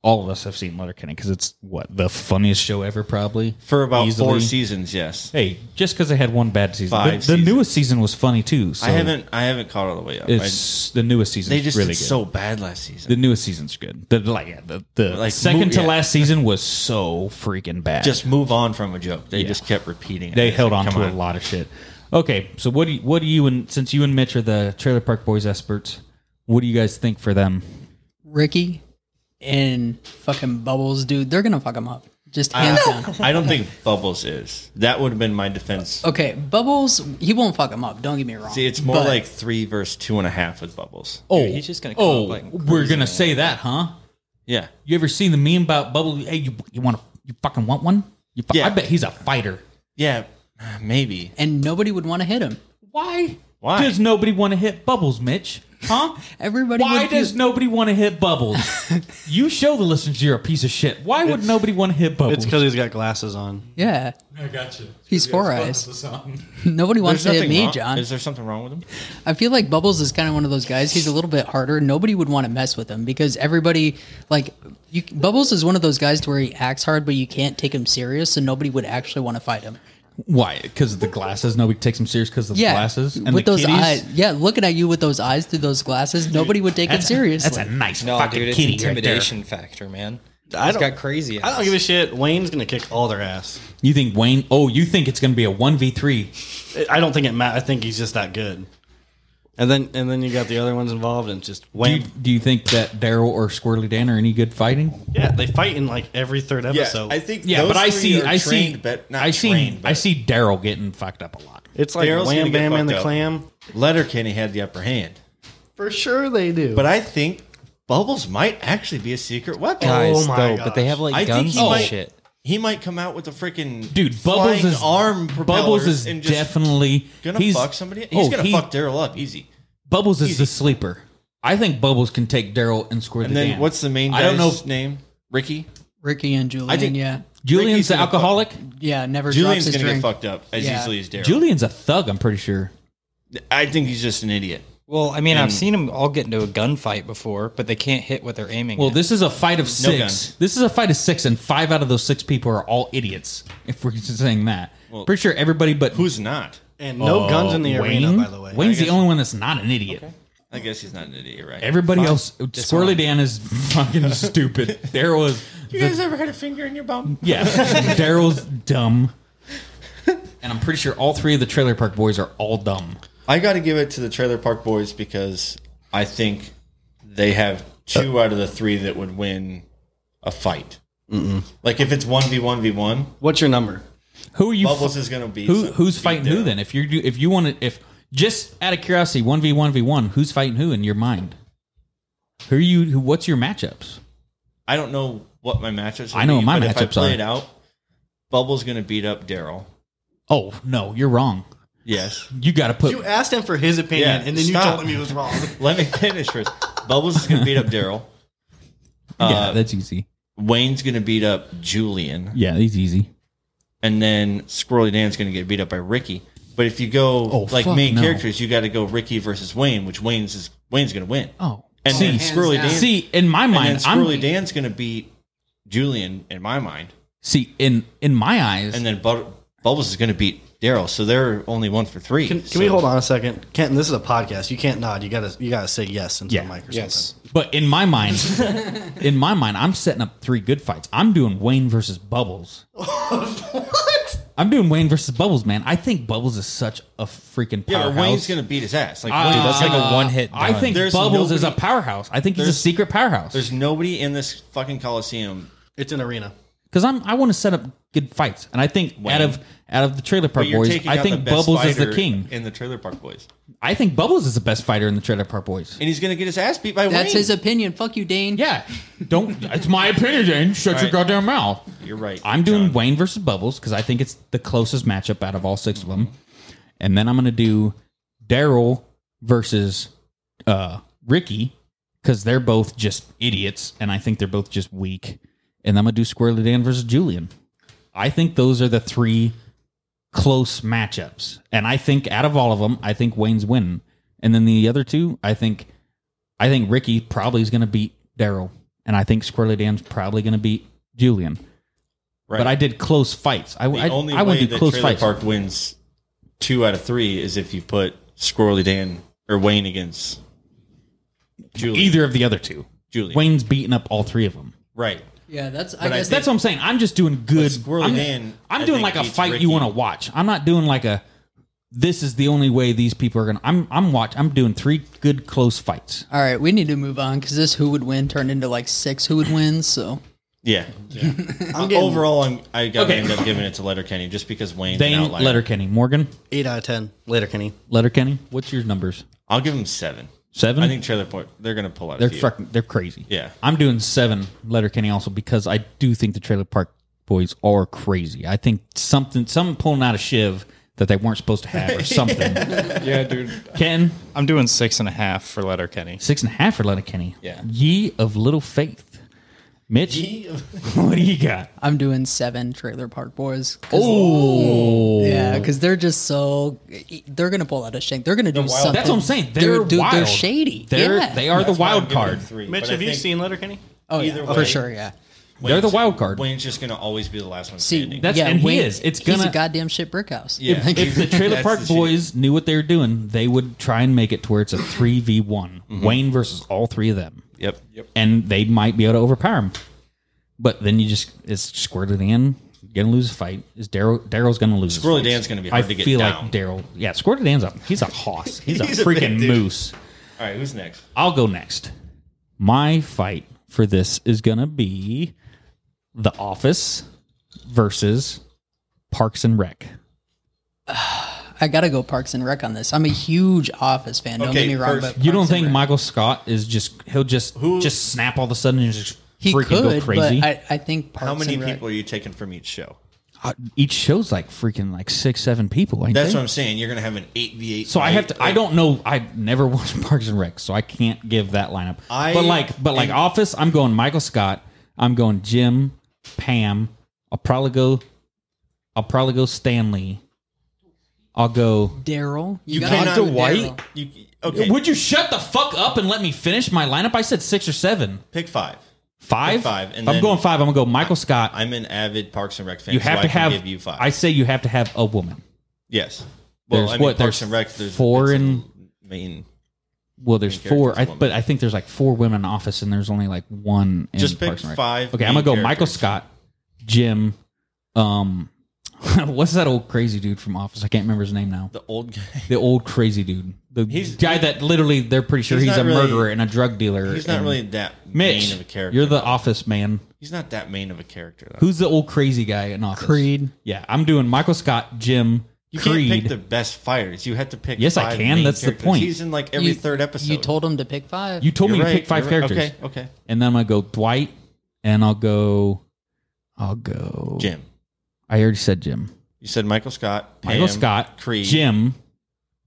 all of us have seen Letterkenny because it's what the funniest show ever, probably For about Easily. four seasons, yes. Hey, just because they had one bad season, Five the, the seasons. newest season was funny too. So I haven't I haven't caught all the way up. I, It's the newest season. they just really did good. so bad last season. the newest season's good. The like yeah, the, the Like, second mo- to yeah. last season was so freaking bad. just move on from a joke. They just kept repeating it. they It's held like, on come to a lot of shit. Okay, so what do you, what do you and since you and Mitch are the Trailer Park Boys experts, what do you guys think for them? Ricky and fucking Bubbles, dude, they're gonna fuck them up. Just hands down. I don't think Bubbles is. That would have been my Uh, defense. Okay, Bubbles, he won't fuck him up. Don't get me wrong. See, it's more But- like three versus two and a half with Bubbles. Oh, he's just gonna come Oh, up like we're gonna cruising. say that, huh? Yeah. You ever seen the meme about Bubble? Hey, you you want to you fucking want one? You fu- Yeah. I bet he's a fighter. Yeah. Maybe. and nobody would want to hit him. Why? Why? does nobody want to hit Bubbles, Mitch? Huh? Everybody Why would does feel- nobody want to hit Bubbles? you show the listeners you're a piece of shit. Why would nobody want to hit Bubbles? It's because he's got glasses on. Yeah, I got you. He's four eyes. nobody wants There's to hit nothing me, wrong- John. Is there something wrong with him? I feel like Bubbles is kind of one of those guys. He's a little bit harder. Nobody would want to mess with him because everybody like you, Bubbles is one of those guys to where he acts hard, but you can't take him serious, so nobody would actually want to fight him. Why? Because of the glasses. Nobody takes him serious because of the Yeah, glasses and with the those kitties? eyes. Yeah, looking at you with those eyes through those glasses, nobody would take him That's a, seriously. that's a nice No, fucking dude, it's kitty right there. intimidation factor, man. I He's don't- got crazy. I don't eyes. give a shit. Wayne's gonna kick all their ass. You think Wayne? Oh, you think it's going to be a one v three? I don't think it matters. I think he's just that good. And then and then you got the other ones involved and just Do you, Wayne. do you think that Daryl or Squirrely Dan are any good fighting? yeah, they fight in like every third episode. think. Yeah, but I see, I see, but not I see, trained, I but- see Daryl getting fucked up a lot. it's like Daryl's gonna Wham get Bam and fucked the up. Clam. Letterkenny had the upper hand, For sure they do. but I think Bubbles might actually be a secret weapon. Guys, Oh my though, gosh. but they have like I think guns he and might- shit. He might come out with a freaking Dude, Bubbles flying is arm Bubbles propellers is and just definitely gonna he's- fuck somebody. He's oh, gonna he- fuck Daryl up easy. Bubbles is the sleeper. I think Bubbles can take Daryl and Squirrely. And then Dan. what's the main? I Guy's don't know. if- name. Ricky. Ricky and Julian, think- yeah, Julian's Ricky's the gonna fuck- alcoholic. yeah, never Julian's drops gonna his drink. get fucked up as Yeah. easily as Daryl. Julian's a thug. I'm pretty sure. I think he's just an idiot. Well, I mean, I've seen them all get into a gunfight before, but they can't hit what they're aiming. Well, at. this is a fight of No gun. six. this is a fight of six, and five out of those six people are all idiots. If we're just saying that, pretty sure everybody but Who's not? and no guns in the Wayne. arena, by the way. Wayne's I the guess- only one that's not an idiot. I guess he's not an idiot, you're right? Everybody else, Squirrely Dan is fucking stupid. Daryl is, you guys ever had a finger in your bum? yeah, Daryl's dumb, and I'm pretty sure all three of the Trailer Park Boys are all dumb. I got to give it to the Trailer Park Boys because I think they have two out of the three that would win a fight. Like if it's one v one v one, What's your number? Who are you? Bubbles is going to be who who's fighting who Daryl. then? If you do, if you want to, if just out of curiosity, one v one v one, who's fighting who in your mind? Who are you? Who, what's your matchups? I don't know what my matchups. Are I know what my but if I matchups play are. it out, Bubbles going to beat up Daryl. Oh no, you're wrong. Yes, You got to put. You asked him for his opinion, Yeah, and then you stop. told him he was wrong. let me finish first. Bubbles is going to beat up Daryl. uh, yeah, that's easy. Wayne's going to beat up Julian, Yeah, that's easy. and then Squirrely Dan's going to get beat up by Ricky. But if you go Oh, like fuck main no. characters, you got to go Ricky versus Wayne, which Wayne's is Wayne's going to win. Oh, and see, then Squirrely down. Dan. see, in my and then mind, I'm Squirrely Dan's going to beat Julian in my mind, see in in my eyes. and then Bu- Bubbles is going to beat Daryl. So they're only one for three. Can, can we hold on a second, Kenton? This is a podcast. You can't nod. You gotta you gotta say yes into Yeah. the mic or yes, But in my mind, in my mind, I'm setting up three good fights. I'm doing Wayne versus Bubbles. what? I'm doing Wayne versus Bubbles, man. I think Bubbles is such a freaking Yeah, powerhouse. but Wayne's going to beat his ass. Like, Dude, that's like Uh, a one hit. I think There's Bubbles is a nobody- powerhouse. I think he's a there's- secret powerhouse. there's nobody in this fucking coliseum. something. It's an arena. Because I'm I want to set up good fights, and I think out of out of the Trailer Park But you're Boys, taking I out the think best Bubbles is the fighter king. in the Trailer Park Boys, I think Bubbles is the best fighter in the Trailer Park Boys. and he's going to get his ass beat by That's Wayne. his opinion. Fuck you, Dane. Yeah, don't. it's my opinion, Jane. Shut your right. goddamn mouth. You're right. I'm doing John. Wayne versus Bubbles because I think it's the closest matchup out of all six of them. And then I'm going to do Daryl versus uh, Ricky because they're both just idiots and I think they're both just weak. And I'm going to do Squirrely Dan versus Julian. I think those are the three close matchups. And I think out of all of them, I think Wayne's winning. And then the other two, I think I think Ricky probably is going to beat Daryl. And I think Squirrely Dan's probably going to beat Julian Right. but I did close fights. I, The I, only I way would do that close Trailer fights. Park wins two out of three is if you put Squirrely Dan or Wayne against Julian. Either of the other two. Julian. Wayne's beating up all three of them. Right. yeah. That's I But I guess That's what I'm saying. I'm just doing good. But Squirrely I'm, Dan, I'm I doing think, like a beats fight Ricky. you want to watch. I'm not doing like a. This is the only way these people are gonna. I'm I'm watch. I'm doing three good close fights. all right. We need to move on because this who would win turned into like six who would win. So Yeah. Uh, I'm getting Overall, I'm, I got Okay. end up giving it to Letterkenny just because Wayne's an Dane, outlier. Letterkenny. Morgan, eight out of ten. Later, Kenny. Letterkenny. What's your numbers? I'll give him seven. Seven? I think Trailer Park. They're gonna pull out. They're a few. fucking. They're crazy. Yeah. I'm doing seven Letterkenny also because I do think the Trailer Park Boys are crazy. I think something, some pulling out a shiv that they weren't supposed to have or something. Yeah, dude. Ken, I'm doing six and a half for Letterkenny. six and a half for Letterkenny. Yeah. Ye of little faith. Mitch, what do you got? I'm doing seven Trailer Park Boys. Oh, yeah, because they're just so e, they're gonna pull out a shank. They're gonna do something. That's what I'm saying. They're, They're dude, wild. they're shady. They're, yeah. They are the wild card. Three, Mitch, but I have you think seen Letter Kenny? Oh either yeah, way. for sure. Yeah. They're the wild card. Wayne's just gonna always be the last one See, standing. That's- yeah, and he Wayne- is. It's he's gonna- a goddamn shit brick house. yeah. If the Trailer That's Park the shit. Boys knew what they were doing, they would try and make it to where it's a 3v1. Mm-hmm. Wayne versus all three of them. Yep. Yep. and they might be able to overpower him. But then you just it's squirted in. You're gonna lose a fight. Is Daryl? Daryl's gonna lose. his Squirrely fights. Dan's gonna be hard I to get feel down. like Daryl. Yeah, Squirrely Dan's up. He's a hoss. He's, He's a a big freaking dude. moose. All right. Who's next? I'll go next. My fight for this is gonna be The Office versus Parks and Rec. I gotta go Parks and Rec on this. I'm a huge Office fan. Don't Okay, get me wrong, first- but You Parks don't and think Rec- Michael Scott is just he'll just just snap all of a sudden and just he freaking could? go crazy? But I, I think Parks How many and Rec- people are you taking from each show? Uh, Each show's like freaking like six seven people. ain't That's they? what I'm saying. You're gonna have an eight v eight. So I have to. I don't know. I never watched Parks and Rec, so I can't give that lineup. I- but like, but like Office, I'm going Michael Scott. I'm going Jim, Pam. I'll probably go. I'll probably go Stanley. I'll go. Daryl, you, gotta cannot go with Dwight. Daryl. You, okay. Would you shut the fuck up and let me finish my lineup? I said six or seven. pick five. Five. Pick five, and If I'm then- going five. I'm gonna go Michael Scott. I'm an avid Parks and Rec fan. you have so to I can have. Give you five. I say you have to have a woman. yes. Well, There's I mean, what, Parks there's and Rec. There's four it's a and- main. Well, there's Main character's four, I, woman. but I think there's like four women in office, and there's only like one. In Just pick Parks and Rec. five Okay, I'm gonna main go Michael characters. Scott, Jim. Um, what's that old crazy dude from Office? I can't remember his name now. The old guy. The old crazy dude, the He's- guy that literally they're pretty sure he's he's, a not really- murderer and a drug dealer. He's not and- really that Mitch. main of a character. You're the Office man. He's not that main of a character. Though. Who's the old crazy guy in Office? Creed. Yeah, I'm doing Michael Scott, Jim, You Creed. can't pick the best fighters. You have to pick. Yes, I five can. main That's the characters. point. He's in like every You- third episode. You told him to pick five. you told You're me to right, pick five you're right. characters. Okay, okay. and then I'm gonna go Dwight, and I'll go, I'll go Jim. I already said Jim. You said Michael Scott. Pam, Michael Scott, Creed. Jim,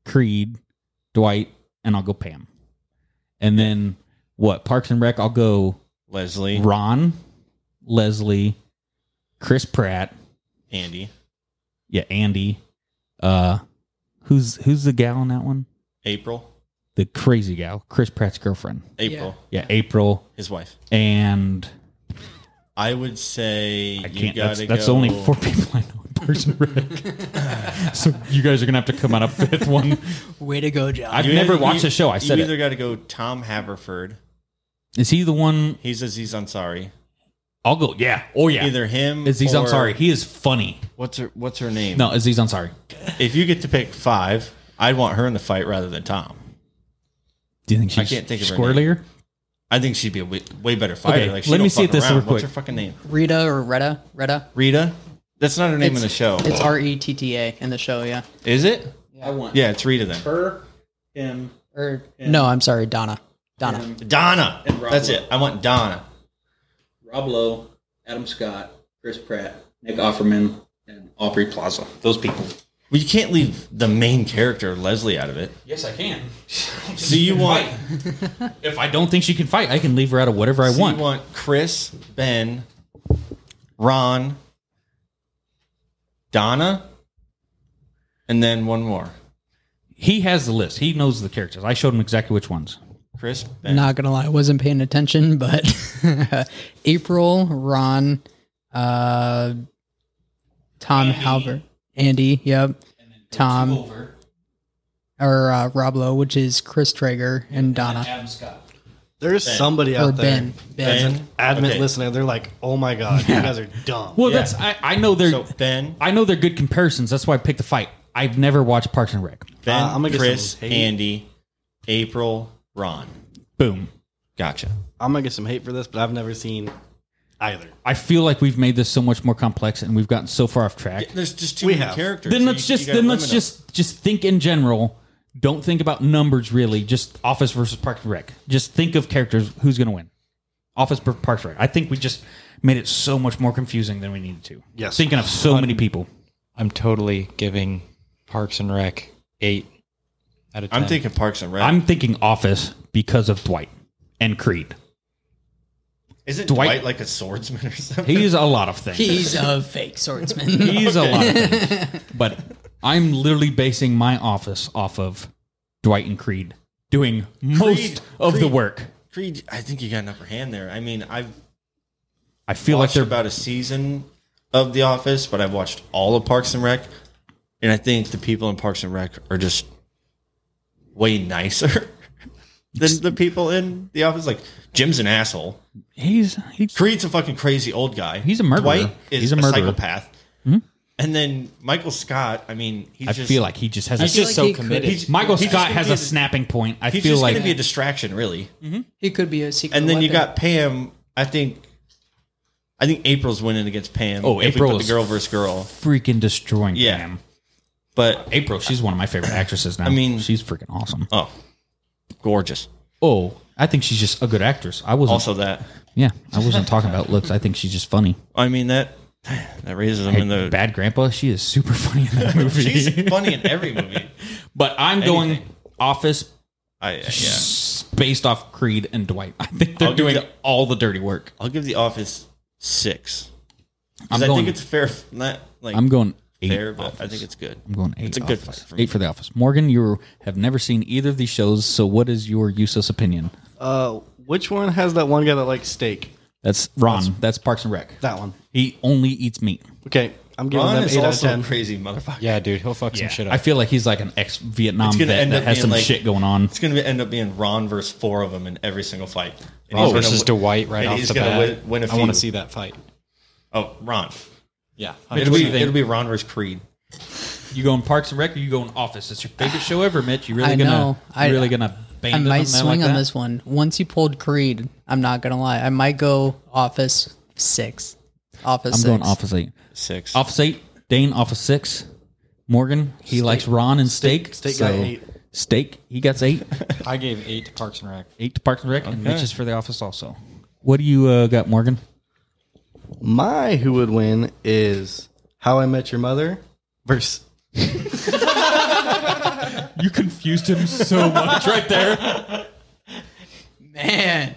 Creed, Dwight, and I'll go Pam. And then what? Parks and Rec. I'll go Leslie. Ron, Leslie, Chris Pratt. Andy. Yeah, Andy. Uh, who's who's the gal in that one? April. The crazy gal, Chris Pratt's girlfriend. April. Yeah, April His wife. and I would say I you can't. gotta That's, go. that's only four people I know in Parks and Rec. so you guys are gonna have to come out a fifth one. Way to go, John. I've You never either- watched you- the show. I said you it. either got to go Tom Haverford. Is he the one? He's Aziz Ansari. I'll go. Yeah. Oh yeah. Either him. Aziz or- Ansari. He is funny. What's her What's her name? No, Aziz Ansari. If you get to pick five, I'd want her in the fight rather than Tom. Do you think she's can't think of her squirrelier? I think she'd be a way, way better fighter. Okay, Like, she let don't me see fuck this around. real quick. What's her fucking name? Rita or Retta? Retta. Rita. That's not her name in the show. It's R E T T A in the show. Yeah. Is it? I want Yeah, it's Rita then. her, him. Or no, I'm sorry, Donna. Donna. Donna. And Rob That's Lowe. it. I want Donna. Rob Lowe, Adam Scott, Chris Pratt, Nick Offerman, and Aubrey Plaza. Those people. Well, you can't leave the main character Leslie out of it. Yes, I can. So you want If I don't think she can fight, I can leave her out of whatever I so want. you want Chris, Ben, Ron, Donna, and then one more. He has the list. He knows the characters. I showed him exactly which ones. Chris, Ben. Not gonna lie, I wasn't paying attention, but April, Ron, uh, Tom Halbert, Andy, yep, Tom Over or uh, Roblo, which is Chris Traeger and Donna Adam Scott. There's somebody out or there. Ben. As Ben. an admin Okay. listener, they're like, "Oh my god, you guys are dumb." Well, Yeah. that's I, I know they're So Ben, I know they're good comparisons. That's why I picked the fight. I've never watched Parks and Rec. Ben, Uh, I'm gonna get Chris, some hate. Andy, April, Ron. Boom. Gotcha. I'm gonna get some hate for this, but I've never seen either. I feel like we've made this so much more complex and we've gotten so far off track. There's just too We many have. characters. then so let's you- you just gotta then let's limit 'em. just just think in general. Don't think about numbers really. Just Office versus Park and Rec. Just think of characters. Who's going to win? Office versus Park and Rec. I think we just made it so much more confusing than we needed to. Yes. Thinking of so many people. I'm totally giving Parks and Rec eight out of 10 I'm thinking Parks and Rec. I'm thinking Office because of Dwight and Creed. Isn't Dwight- Dwight, like a swordsman or something? He's a lot of things. He's a fake swordsman. He's a lot of things. But I'm literally basing my office off of Dwight and Creed doing most Creed- of the Creed. work. Creed. I think you got an upper hand there. I mean, I've I feel like watched they're about a season of The Office, but I've watched all of Parks and Rec, and I think the people in Parks and Rec are just way nicer than the people in The Office. Like Jim's an asshole. he's he's Creed's a fucking crazy old guy. He's a murderer. Dwight is He's a a, murderer. Hmm? psychopath. And then Michael Scott. I mean, he's I just feel like he just has He's a feel just like so he could- committed. he's- Michael he's just Scott gonna has be a dis- snapping point. I He's feel just like going to be a distraction, really. he could be a secret. and then you weapon. got Pam. I think, I think April's winning against Pam. Oh, if April we put is- the girl versus girl. freaking destroying Yeah. Pam. But April, she's one of my favorite actresses now. I mean- she's freaking awesome. oh, gorgeous. Oh, I think she's just a good actress. I wasn't Also that. Yeah, I wasn't talking about looks. I think she's just funny. I mean that that raises him in the. Bad Grandpa, she is super funny in that movie. She's funny in every movie. But I'm going Office I yeah. s- based off Creed and Dwight. I think they're I'll give doing the- all the dirty work. I'll give The Office six. 'Cause I'm I going, think it's fair. Not like I'm going eight. fair, but I Office. think it's good. I'm going eight. It's a good Office. fight for me. eight for the Office. Morgan, you have never seen either of these shows, so what is your useless opinion? Uh, which one has that one guy that likes steak? That's Ron. That's, Parks and Rec. That one. He only eats meat. Okay, I'm giving Ron them is eight out of also ten. a crazy motherfucker. Yeah, dude, he'll fuck some shit up. I feel like he's like an ex Vietnam It's vet gonna end that up has being some like- shit going on. It's going to end up being Ron versus four of them in every single fight. And Ron he's gonna Oh, versus win- Dwight right and off he's the gonna bat. win- win a I want to few. see that fight. Oh, Ron. Yeah, It'll be it'll be Ron versus Creed. You going Parks and Rec or you going Office? It's your favorite show ever, Mitch. You really I gonna know. you I- really gonna I bang might swing on this one. Once you pulled Creed, I'm not gonna lie. I might go Office six. Office. I'm six. going Office eight. Six. Office eight. Dane Office six. Morgan he likes Ron and steak. Steak got eight. Steak he gets eight. I gave eight to Parks and Rec. eight to Parks and Rec, and Mitch is for the Office also. What do you uh, got, Morgan? My who would win is How I Met Your Mother versus You confused him so much right there. Man,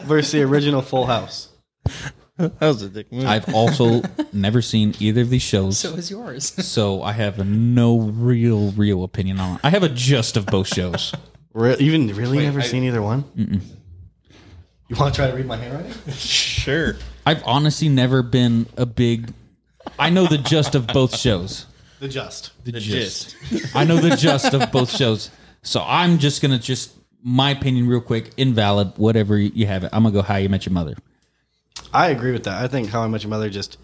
versus the original Full House. That was a dick move. I've also never seen either of these shows. so So- is yours. I have no real, real opinion on it. I have a just of both shows. Re- even really never I- seen either one. You want to try to read my handwriting? sure. I've honestly never been a big. I know the just of both shows. The Just. The, gist. I know the just of both shows. So I'm just gonna just my opinion real quick, invalid, whatever you have it. I'm gonna go how you met your mother. I agree with that. I think How I Met Your Mother just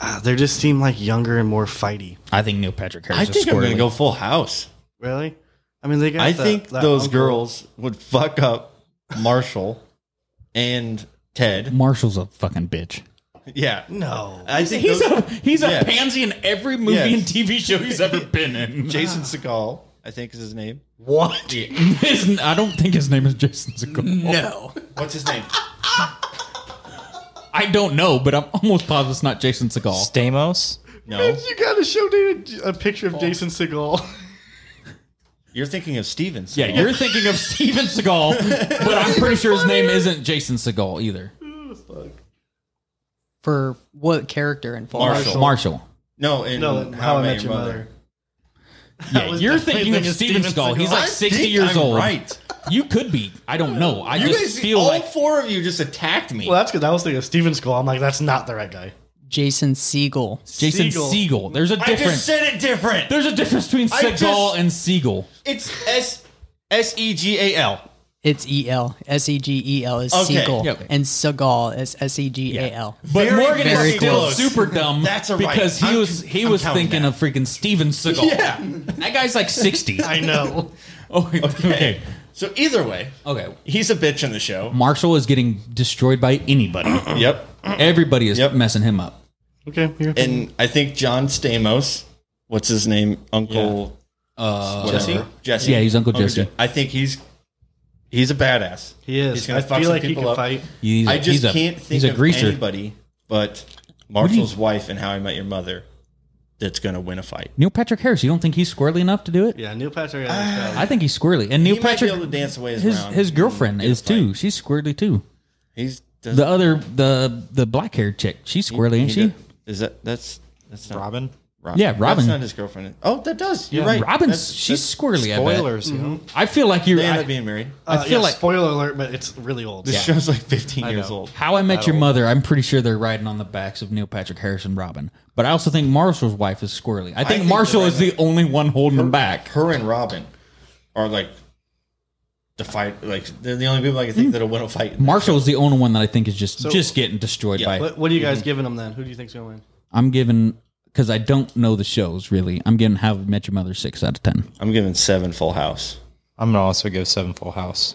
ah, they just seem like younger and more fighty. I think Neil Patrick Harris. I is think I'm going squarely- to go Full House. Really? I mean, they got. I that- think that those uncle- girls would fuck up Marshall and Ted. Marshall's a fucking bitch. Yeah. No, I think He's those- a he's a Yes. pansy in every movie Yes. and TV show he's ever been in. Jason Segal, I think is his name. What? His- I don't think his name is Jason Segel. No, What's his name? I don't know, but I'm almost positive it's not Jason Segel. Stamos. No. you gotta show David a picture of Jason Segal. You're thinking of Stevens. Yeah, you're thinking of Steven Seagal, but I'm pretty sure his name isn't Jason Seagal either. for what character in Full House? Marshall. Marshall. No, and No, How, I Met Your Mother. Yeah, you're thinking of thinking of Steven Steven Seagal. He's Seagal. like I 60 think years I'm old. Right. You could be. I don't know. I You just guys, feel all like four of you just attacked me. Well, that's because I was thinking of Steven Seagal. I'm like, that's not the right guy. Jason Siegel. Jason Seagal. Seagal. There's a I difference. just said it different. There's a difference between I Seagal just- and Seagal. It's S S E G A L. It's E L S E G E L is Okay. Siegel, Yep. and Seagal is S E G A L. But Very, Morgan very is still close. super dumb That's a right. because he I'm- was he I'm was counting thinking that. of freaking Steven Seagal. Yeah. That guy's like 60. I know. Oh, okay. So either way, Okay. he's a bitch in the show. Marshall is getting destroyed by anybody. Yep. Everybody is Yep. messing him up. Okay, here. And I think John Stamos, what's his name? Uncle Uh, whatever. Jesse? Jesse. Yeah, he's Uncle Jesse. Je- I think he's he's a badass. he is. He's I gonna fuck feel some like he people can up. fight. he's a- I just he's a- can't think he's a of greaser. anybody but Marshall's wife and How I Met Your Mother that's going to win a fight. Neil Patrick Harris. You don't think he's squirrely enough to do it? Yeah, Neil Patrick. Harris, I think he's squirrely. And Neil He might be Patrick, able to dance away his his round his and girlfriend get a is too. She's squirrely too. He's does- The other the the black haired chick. She's squirrely, he ain't she? does- Is that that's that's not Robin. Rob- Yeah, Robin. That's not his girlfriend. Oh, that does. You're right. Robin's That's- she's that's- squirrely. Spoilers, you know. I bet. I feel like you're. They end I, up being married. I feel like- spoiler alert, but it's really old. This Yeah. show's like 15 years old. How Uh, I Met Your Mother. I'm pretty sure they're riding on the backs of Neil Patrick Harris and Robin. But I also think Marshall's wife is squirrely. I think, think Marshall you're is the only one holding him back. Her and Robin are like the fight. Like they're the only people I can Hmm. think that'll win a fight. Marshall is the only one that I think is just just getting destroyed by. What, what are you guys giving him then? Who do you think's gonna win? I'm giving because I don't know the shows really. I'm giving How I Met Your Mother six out of ten. I'm giving seven Full House. I'm gonna also give Seven Full House.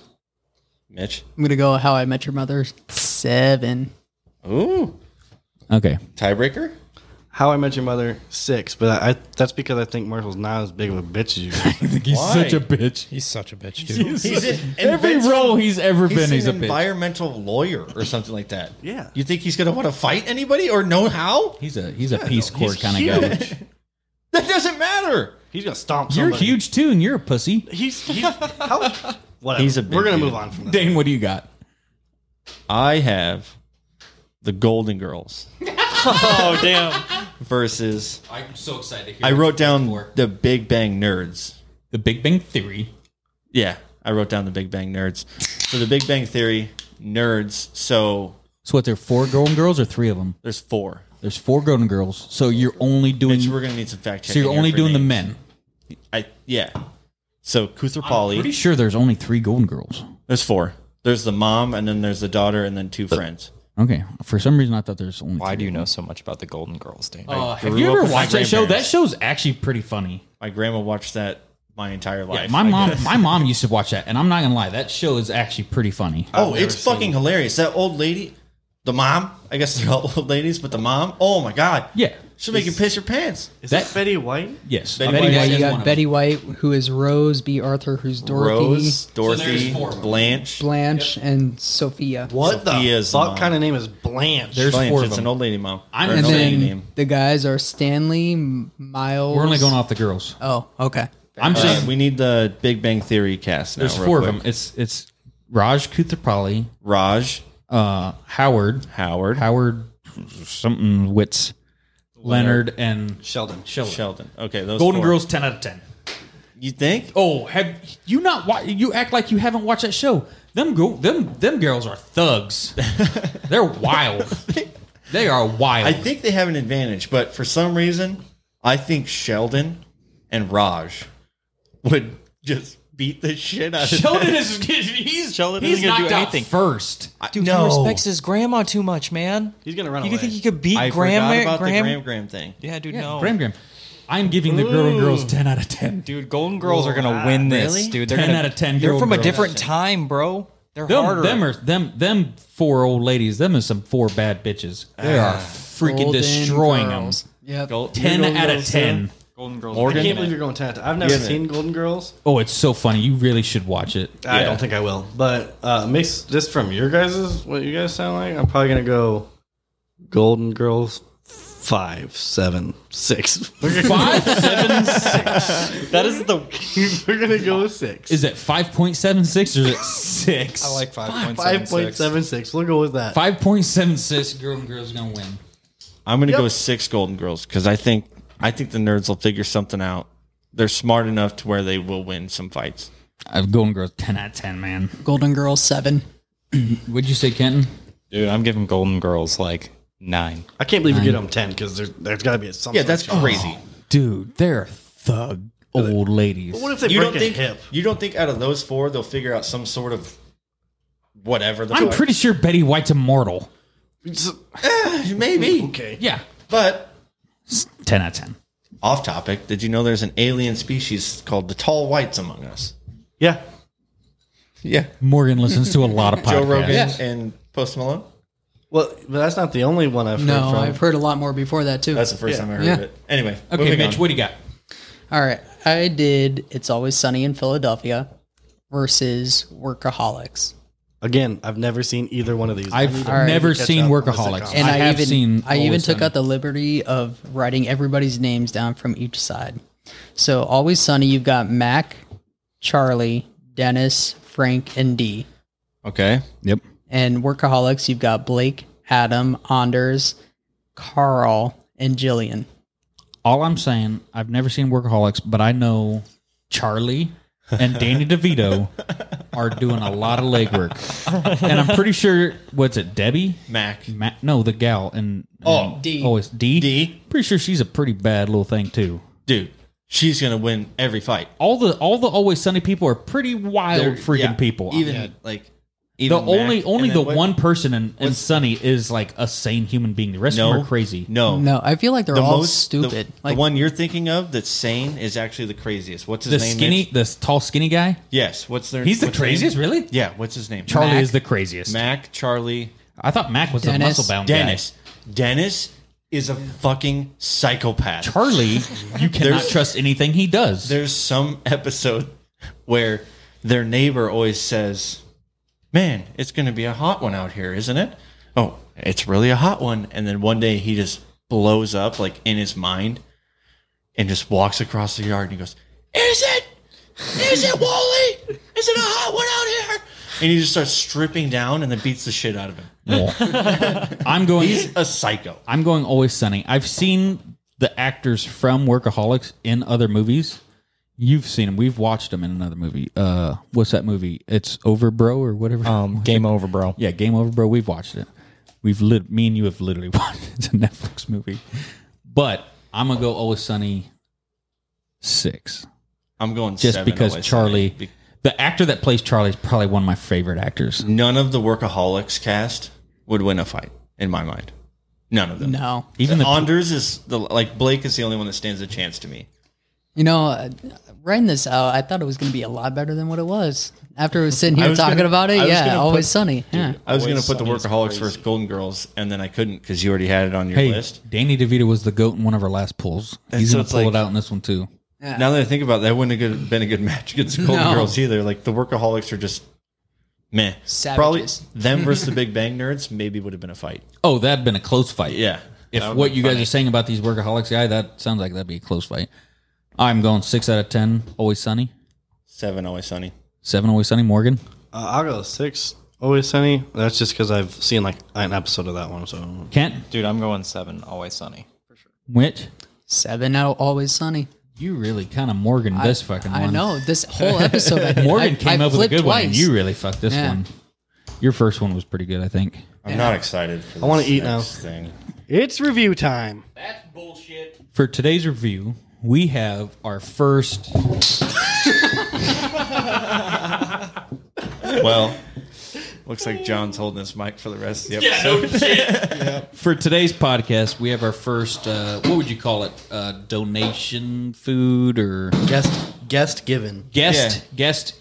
Mitch. I'm gonna go How I Met Your Mother seven. Ooh, Okay, tiebreaker. How I Met Your Mother six, but I, I that's because I think Marshall's not as big of a bitch as you. I think he's Why? such a bitch. He's such a bitch, dude. He's in, Every envi- role he's ever been, he's a an bitch. environmental lawyer or something like that. Yeah. You think he's gonna want to fight anybody or know how? He's a he's a Peace Corps he's kind of guy. That doesn't matter. He's gonna stomp. You're Somebody. huge too, and you're a pussy. He's, he's how, whatever. He's a big We're gonna dude. move on from that. Dane, what do you got? I have the Golden Girls oh damn. versus. I'm so excited to hear. I wrote down the Big Bang Nerds. the Big Bang Theory. Yeah, I wrote down the Big Bang Nerds. So the Big Bang Theory nerds. So So what? There are four golden girls or three of them? there's four. There's four golden girls. So you're only doing. Mitch, we're gonna need some fact Mm. so checking. you're here only for doing the names. men. I yeah. So Kuther Pretty Polly. sure there's only three golden girls. There's four. There's the mom, and then there's the daughter, and then two friends. Okay. For some reason, I thought there's only. Why three. do you know so much about the Golden Girls, Dane? Uh, have grew you up ever with my watched that show? That grandparents. show's actually pretty funny. My grandma watched that my entire life. My I mom, guess. my mom used to watch that, and I'm not gonna lie, that show is actually pretty funny. Oh, it's fucking hilarious. That old lady, the mom. I guess they're all old ladies, but the mom. Oh my god. Yeah. She'll make you piss your pants. Is That- that Betty White? Yes, Betty White Yeah, is you is one got of Betty them. White, who is Rose, B. Arthur, who's Dorothy, Rose, Dorothy, there's four of them. Blanche. Blanche, and Sophia. What Sophia's the fuck mom. kind of name is Blanche? There's Blanche, four of it's them. an old lady mom. I'm Or an And old lady then name. the guys are Stanley, M- Miles. We're only going off the girls. Oh, okay. I'm Uh, saying we need the Big Bang Theory cast now. there's real four quick. of them. It's it's Raj Kutherpally, Raj, uh, Howard, Howard, Howard, something Wits, Leonard, and Sheldon. Sheldon. Sheldon. Okay, those Golden four. Girls, ten out of ten. You think? Oh, have you not? Wa- you act like you haven't watched that show. Them go them them girls are thugs. They're wild. They are wild. I think they have an advantage, but for some reason, I think Sheldon and Raj would just beat the shit out of Sheldon is he's Sheldon he's isn't gonna do knocked out anything. first. Dude, No. he respects his grandma too much, man. He's gonna run You away. think he could beat I forgot grandma? about Graham? the Graham Graham thing. Yeah, dude, Yeah, no. Graham Graham. I'm giving the Girl Girls ten out of ten. Dude, Golden Girls are gonna win this, Really? dude. They're 10 gonna, out of 10 They're Golden from a Girls. different time, bro. They're harder. Them, them are them them four old ladies. Them is some four bad bitches. They are freaking Golden destroying Girls. them. Yep. Ten out of ten. Golden Girls. I Morgan? can't believe you're going ten. I've never Yeah, man. seen Golden Girls. Oh, it's so funny. You really should watch it. I Yeah. don't think I will. But uh, makes just from your guys's what you guys sound like. I'm probably gonna go Golden Girls five, seven, six. We're gonna, Five seven That is the. we're gonna go with six. is it five point seven six or is it six? I like five point seven five six. point seven six? We'll go with that. five point seven six. Girl Girls gonna win. I'm gonna go six Golden Girls because I think I think the nerds will figure something out. They're smart enough to where they will win some fights. I've Golden Girls ten out of ten. Man, Golden Girls seven. would you say Kenton? Dude, I'm giving Golden Girls like nine. I can't believe you get them ten because there's there's got to be some. Yeah, sort of that's challenge. crazy. Dude, they're thug old ladies. Oh, What if they you break don't a think hip? you don't think out of those four they'll figure out some sort of whatever the I'm fuck- pretty sure Betty White's immortal. It's- maybe Okay. Yeah. but Ten out of ten. off topic did you know there's an alien species called the tall whites among us Yeah. Yeah. Morgan listens to a lot of podcasts. Joe Rogan and Post Malone. Well, but that's not the only one I've heard No, from. I've heard a lot more before that too. That's the first Yeah. time I heard Yeah. of it. Anyway, Okay, moving Mitch, on. what do you got? All right. I did It's Always Sunny in Philadelphia versus Workaholics. Again, I've never seen either one of these. I need I've to right. never catch seen up on the Workaholics. sitcom. And I, have even seen. I even took out out the liberty of writing everybody's names down from each side. So Always Sunny, you've got Mac, Charlie, Dennis, Frank, and Dee. Okay. Yep. And Workaholics, you've got Blake, Adam, Anders, Carl, and Jillian. All I'm saying, I've never seen Workaholics, but I know Charlie and Danny DeVito are doing a lot of legwork, and I'm pretty sure what's it, Debbie? Mac. Ma- no, the gal and Oh, and- D. Oh, it's D. D. Pretty sure she's a pretty bad little thing too. Dude, she's gonna win every fight. All the all the always sunny people are pretty wild They're- freaking yeah, people. Even Yeah. like the even Mac, only and only then the what- one person in, in Sunny is like a sane human being. The rest of them no are crazy. No, No, I feel like they're the all most stupid. The, like the one you're thinking of that's sane is actually the craziest. What's his The name? skinny, Mitch? the tall skinny guy. Yes. What's their? He's the what's his name? craziest, really. Yeah. What's his name? Charlie Mac. is the craziest. Mac. Charlie. I thought Mac was the Dennis. muscle bound Dennis. Dennis is a fucking psychopath. guy. Charlie, you cannot There's- trust anything he does. There's some episode where their neighbor always says, "Man, it's going to be a hot one out here, isn't it?" Oh, it's really a hot one. And then one day he just blows up like in his mind and just walks across the yard and he goes, "Is it? Is it Wally? Is it a hot one out here?" And he just starts stripping down and then beats the shit out of him. I'm going. He's a psycho. I'm going always sunny. I've seen the actors from Workaholics in other movies. You've seen them. We've watched them in another movie. Uh, what's that movie? It's Over Bro or whatever. Um, game over, bro. yeah, Game Over Bro. We've watched it. We've lit. Me and you have literally watched. It. It's a Netflix movie. But I'm gonna go always sunny. Six, I'm going just seven because always. Charlie, Be- the actor that plays Charlie, is probably one of my favorite actors. None of the workaholics cast would win a fight in my mind. None of them. no. Even the Anders is the like Blake is the only one that stands a chance to me. You know, uh, writing this out, I thought it was going to be a lot better than what it was. After we was sitting here was talking gonna- about it, I was yeah, gonna always put- sunny. yeah. I was going to Always put the Sunny is workaholics crazy. versus Golden Girls, and then I couldn't because you already had it on your hey, list. Danny DeVito was the goat in one of our last pulls. He's so gonna it's pull like- it out in this one too. Now that I think about it, that, wouldn't have good- been a good match against the Golden No. Girls either. Like the workaholics are just meh. Savages. Probably them versus the Big Bang Nerds maybe would have been a fight. Oh, that'd been a close fight. Yeah. If That would've what been you funny. guys are saying about these workaholics, yeah, that sounds like that'd be a close fight. I'm going six out of ten. Always sunny. seven always sunny. Seven. Always sunny. Morgan. Uh, I'll go six. Always Sunny. That's just because I've seen like an episode of that one. So Kent. Dude, I'm going seven. Always sunny. Which Seven out, always sunny. you really kind of Morgan this fucking one. I know this whole episode. I did. Morgan I- came I up with a flipped good one. twice. And you really fucked this Yeah. one. Your first one was pretty good, I think. I'm not excited. For this I wanna eat now. Thing. It's review time. For today's review, we have our first. Well, looks like John's holding this mic for the rest of the episode. For today's podcast, we have our first. Uh, what would you call it? Uh, donation food or guest guest given. guest guest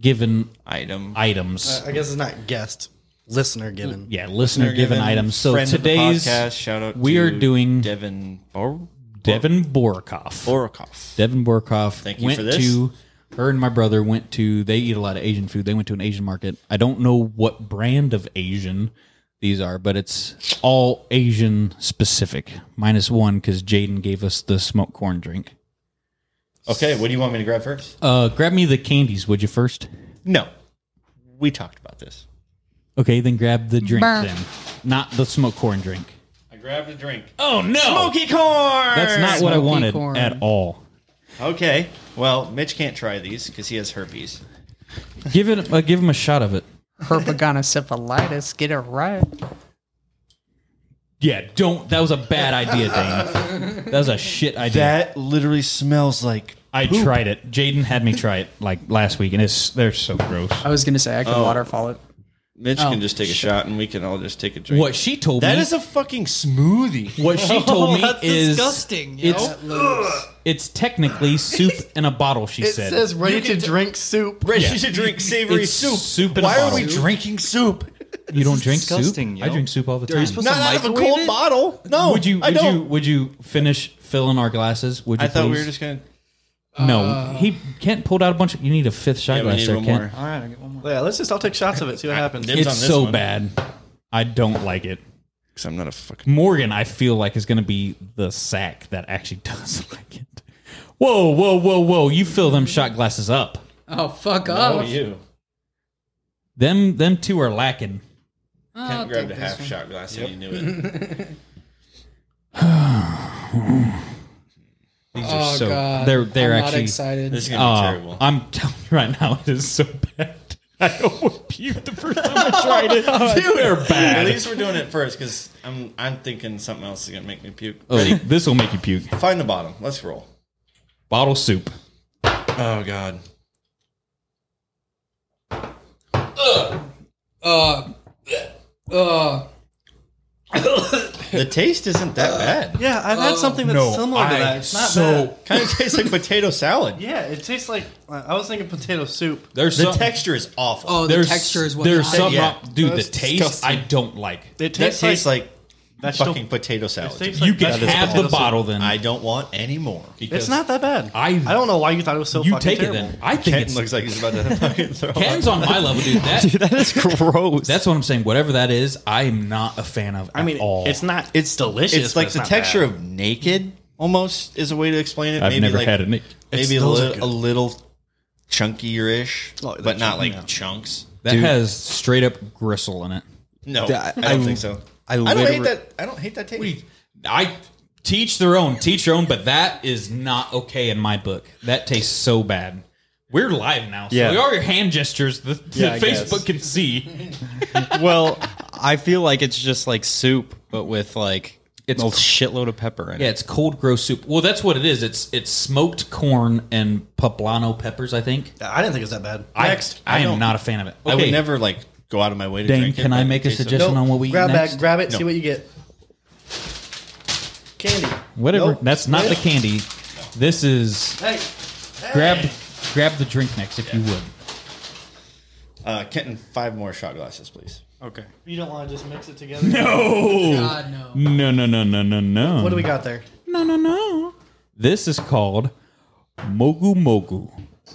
given Item. items. Uh, I guess it's not guest. Listener given. yeah, listener given items. So friend of the today's podcast, shout out we to are doing- Devin Bor- Devin Borkoff. Borokoff. Devin Borkoff Thank you went for this. to her and my brother went to they eat a lot of Asian food. They went to an Asian market. I don't know what brand of Asian these are, but it's all Asian specific. Minus one because Jaden gave us the smoked corn drink. Okay, what do you want me to grab first? Uh, grab me the candies, would you first? No, we talked about this. Okay, then grab the drink Burr. then, not the smoked corn drink. I grabbed a drink. Oh no, smoky corn. That's not what I Smoky wanted corn. at all. Okay, well, Mitch can't try these because he has herpes. Give it. Uh, give him a shot of it. Herpagonocephalitis. Get it right. Yeah, don't. That was a bad idea, Dane. That was a shit idea. That literally smells like. I tried it. Jaden had me try it like last week, and it's they're so gross. Oh. I was gonna say I could waterfall it. Mitch Oh, can just take a sure. shot and we can all just take a drink. What she told That me. is a fucking smoothie. what she told me is disgusting. You it's it's technically soup in a bottle. She It said. says ready to drink soup. Ready to drink savory It's soup. soup in a Why are bottle. we drinking soup? you don't drink disgusting, soup. I yo. drink soup all the time. Not out of a cold bottle. No. would you? I Would don't. you? Would you finish filling our glasses? Would you? I thought we please? were just Uh. gonna. No, he Kent pulled out a bunch of. You need a fifth shot Yeah, we glass need there, one more. Kent. All right, I get one more. Yeah, let's just. I'll take shots of it. See what happens. Dibs It's on this so one. bad. I don't like it. Because I'm not a fucking. Morgan, I feel like is going to be the sack that actually does like it. Whoa, whoa, whoa, whoa! You fill them shot glasses up. oh fuck off! you? Them, them two are lacking. I'll Kent grabbed a take half shot glass and you knew it. These Oh, are so. God. They're they're I'm actually. not excited. This is gonna Oh, be terrible. I'm telling you right now, it is so bad. I almost puked the first time I tried it. Dude, they're At bad. least we're doing it first because I'm I'm thinking something else is gonna make me puke. Oh, this will make you puke. Find the bottom. Let's roll. Bottle soup. Oh God. Uh, uh, The taste isn't that bad. Yeah, I've had something that's similar to that. It's not so bad. Kind of tastes like potato salad. Yeah, it tastes like I was thinking potato soup. there's The some, texture is awful. oh, Oh, the there's, texture is what there's I- some Yeah. dude. That's the taste disgusting. I don't like. It that tastes, tastes, like, vegetable- fucking potato salad. It tastes you like can vegetable have potato the soup. bottle then. I don't want any more. It's not that bad. I I- I don't know why you thought it was so you fucking take terrible. it then. I think Kent it's looks like he's about to fucking throw up. Ken's on my level, dude. That, That is gross. that's what I'm saying. Whatever that is, I am not a fan of. I mean, at all. it's not. It's delicious. It's like the texture of naked almost is a way to explain it. maybe like, it. Maybe a, smells li- good. a little chunkier ish, Oh, the but not chunk- like no. chunks. That has straight up gristle in it. No, Yeah, I I- don't I- think so. I I don't hate literally- that. I don't hate that taste. I teach their own, teach your own, but that is not okay in my book. That tastes so bad. We're live now, so Yeah. all your hand gestures the, the Yeah, I Facebook guess. can see. well, I feel like it's just like soup, but with like it's a shitload of pepper in Yeah, it. it's cold gross soup. Well, that's what it is. It's it's smoked corn and poblano peppers. I think. I didn't think it was that bad. Next, I, I am don't- not a fan of it. I would never like go out of my way to Dane, drink it, can I but make a it tastes so- suggestion on what we grab eat next? that. Grab it. No. See what you get. Candy. Whatever. Nope. That's not the Nope. candy. This is Hey. grab grab the drink next if you would. Uh, Kenton, five more shot glasses, please. Okay. You don't want to just mix it together. No. God, no. No, no, no, no, no, no. Oh. What do we got there? No, no, no. This is called Mogu Mogu.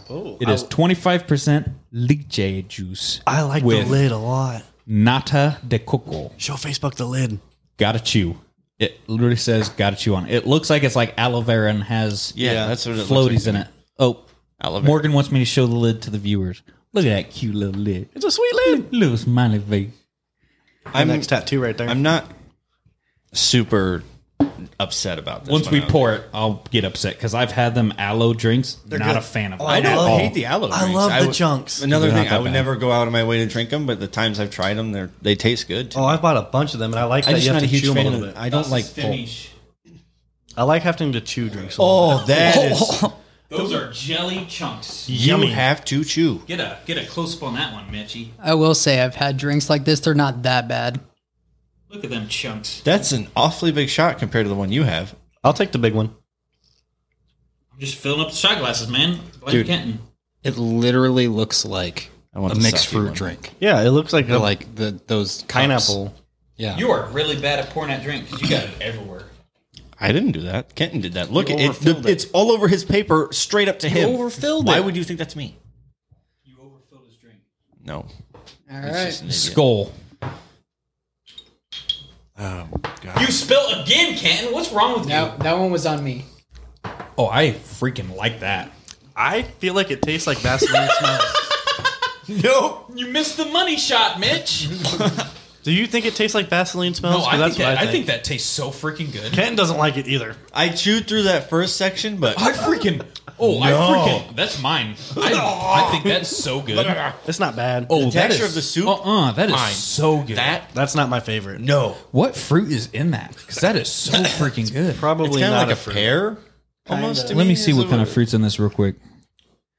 Oh, It is 25% liche juice. I like with the lid a lot. Nata de coco. Show Facebook the lid. Gotta chew. It literally says gotta chew on. it. It looks like it's like aloe vera and has Yeah, that's what it looks floaties like to in me. it. Oh, Aloe vera. Morgan wants me to show the lid to the viewers. Look at that cute little lid. It's a sweet lid. Little smiley face. I'm Next tattoo right there. I'm not super upset about this. Once one, we I don't pour it, I'll get upset because I've had them aloe drinks. not a fan of them. I at don't all. hate the aloe. I drinks. love the would- junks. Another They're not thing, I that would bad. never go out of my way to drink them, but the times I've tried them, they're they taste good. to Oh, me. I bought a bunch of them, and I like I'm that just you have not a to huge chew them a fan. little Of, bit. I don't like pulp. I like having to chew drinks. A little Oh, that is Those are jelly chunks. you have to chew. Get a get a close up on that one, Mitchy. I will say I've had drinks like this. They're not that bad. Look at them chunks. That's an awfully big shot compared to the one you have. bit. I'll take the big one. I'm just filling up the shot glasses, man. Blame Dude. Kenton. It literally looks like I want a the mixed sucky fruit one. drink. Yeah, it looks like a, They're like the those cups. pineapple. Yeah. You are really bad at pouring that drink because you got it everywhere. I didn't do that. Kenton did that. Look, it, it- overfilled it. it's all over his paper, straight up to him. overfilled Why it. would you think that's me? You overfilled his drink. No. All It's right. just an idiot. Skull. Oh, God. You spill again, Kenton. What's wrong with Now that one was on me. you? Oh, I freaking like that. I feel like it tastes like Vaseline smells. Nope. You missed the money shot, Mitch. Do you think it tastes like Vaseline smells? No, 'Cause I think, that's that, what I think that tastes so freaking good. Kenton doesn't like it either. I chewed through that first section, but I freaking oh I freaking that's mine. I, I think that's so good. It's not bad. Oh, The texture of the soup? Uh, uh that is Mine. so good. That That's not my favorite. no. what fruit is in that? Because that is so freaking good. It's Probably kind of not like a, fruit. pear. Almost. to Let me see is what it kind of fruit's in this real quick.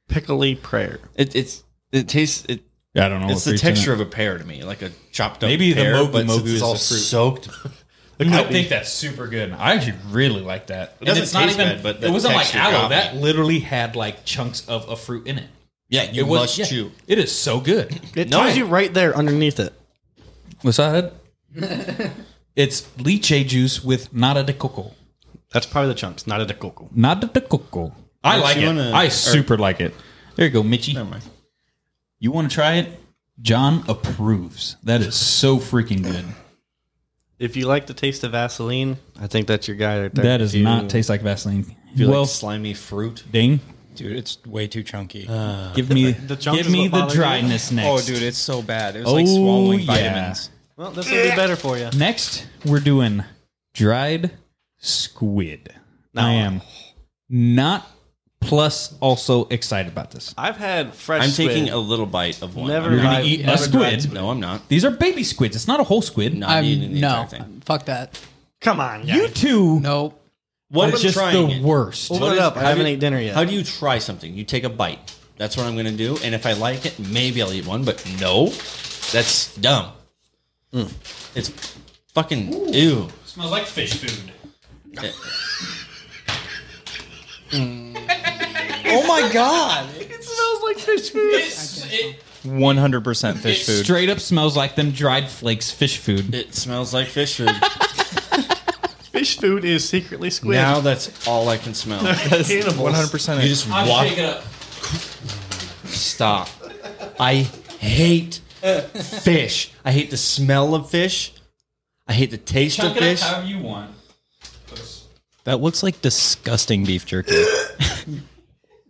Pickly prayer. It, it's it tastes it I don't know. It's what the fruit's in it. texture of a pear to me, like a chopped up. Maybe the pear, Mogu but Mogu since it's is all the fruit. soaked. I think that's super good. I actually really like that. It doesn't it's not taste even. bad, but the it wasn't like texture aloe. got me. That literally had like chunks of a fruit in it. yeah, you it was, must yeah, chew. It is so good. It No. tells you right there underneath it. What's that? it's lychee juice with nada de coco. That's probably the chunks, not a de coco. Nada de coco. I Mitch, like you it. wanna- I or- super like it. There you go, Mitchy. Never mind. You want to try it? John approves. That is so freaking good. If you like the taste of Vaseline, I think that's your guy right there. That does not taste like Vaseline. You Well, like slimy fruit. ding. Dude, it's way too chunky. Give me the the, chunks give is me what the bothers you? dryness oh, next. dude, it's so bad. It was Oh, like swallowing yeah. vitamins. Well, this will be better for you. Next, we're doing dried squid. I am not plus also excited about this. I've had fresh. I'm squid. taking a little bite of one. Never I'm not- You're gonna I've eat a never squid. No, I'm not. These are baby squids. It's not a whole squid. Not eating I'm the no, entire thing. fuck that. Come on, guys. You two Nope. What are I'm just trying the it. worst. Hold it is- up. I how haven't do you- ate dinner yet. How do you try something? You take a bite. That's what I'm going to do. And if I like it, maybe I'll eat one. But no, that's dumb. It's fucking ew. smells like fish food. Oh my god. It's, it, 100% fish it food. straight up smells like them dried flakes fish food. It smells like fish food. Fish food is secretly squid. now that's all I can smell. You Cannibals. 100%. just walk. up. Stop. I hate fish. I hate the smell of fish. I hate the taste of fish. you want. that looks like disgusting beef jerky.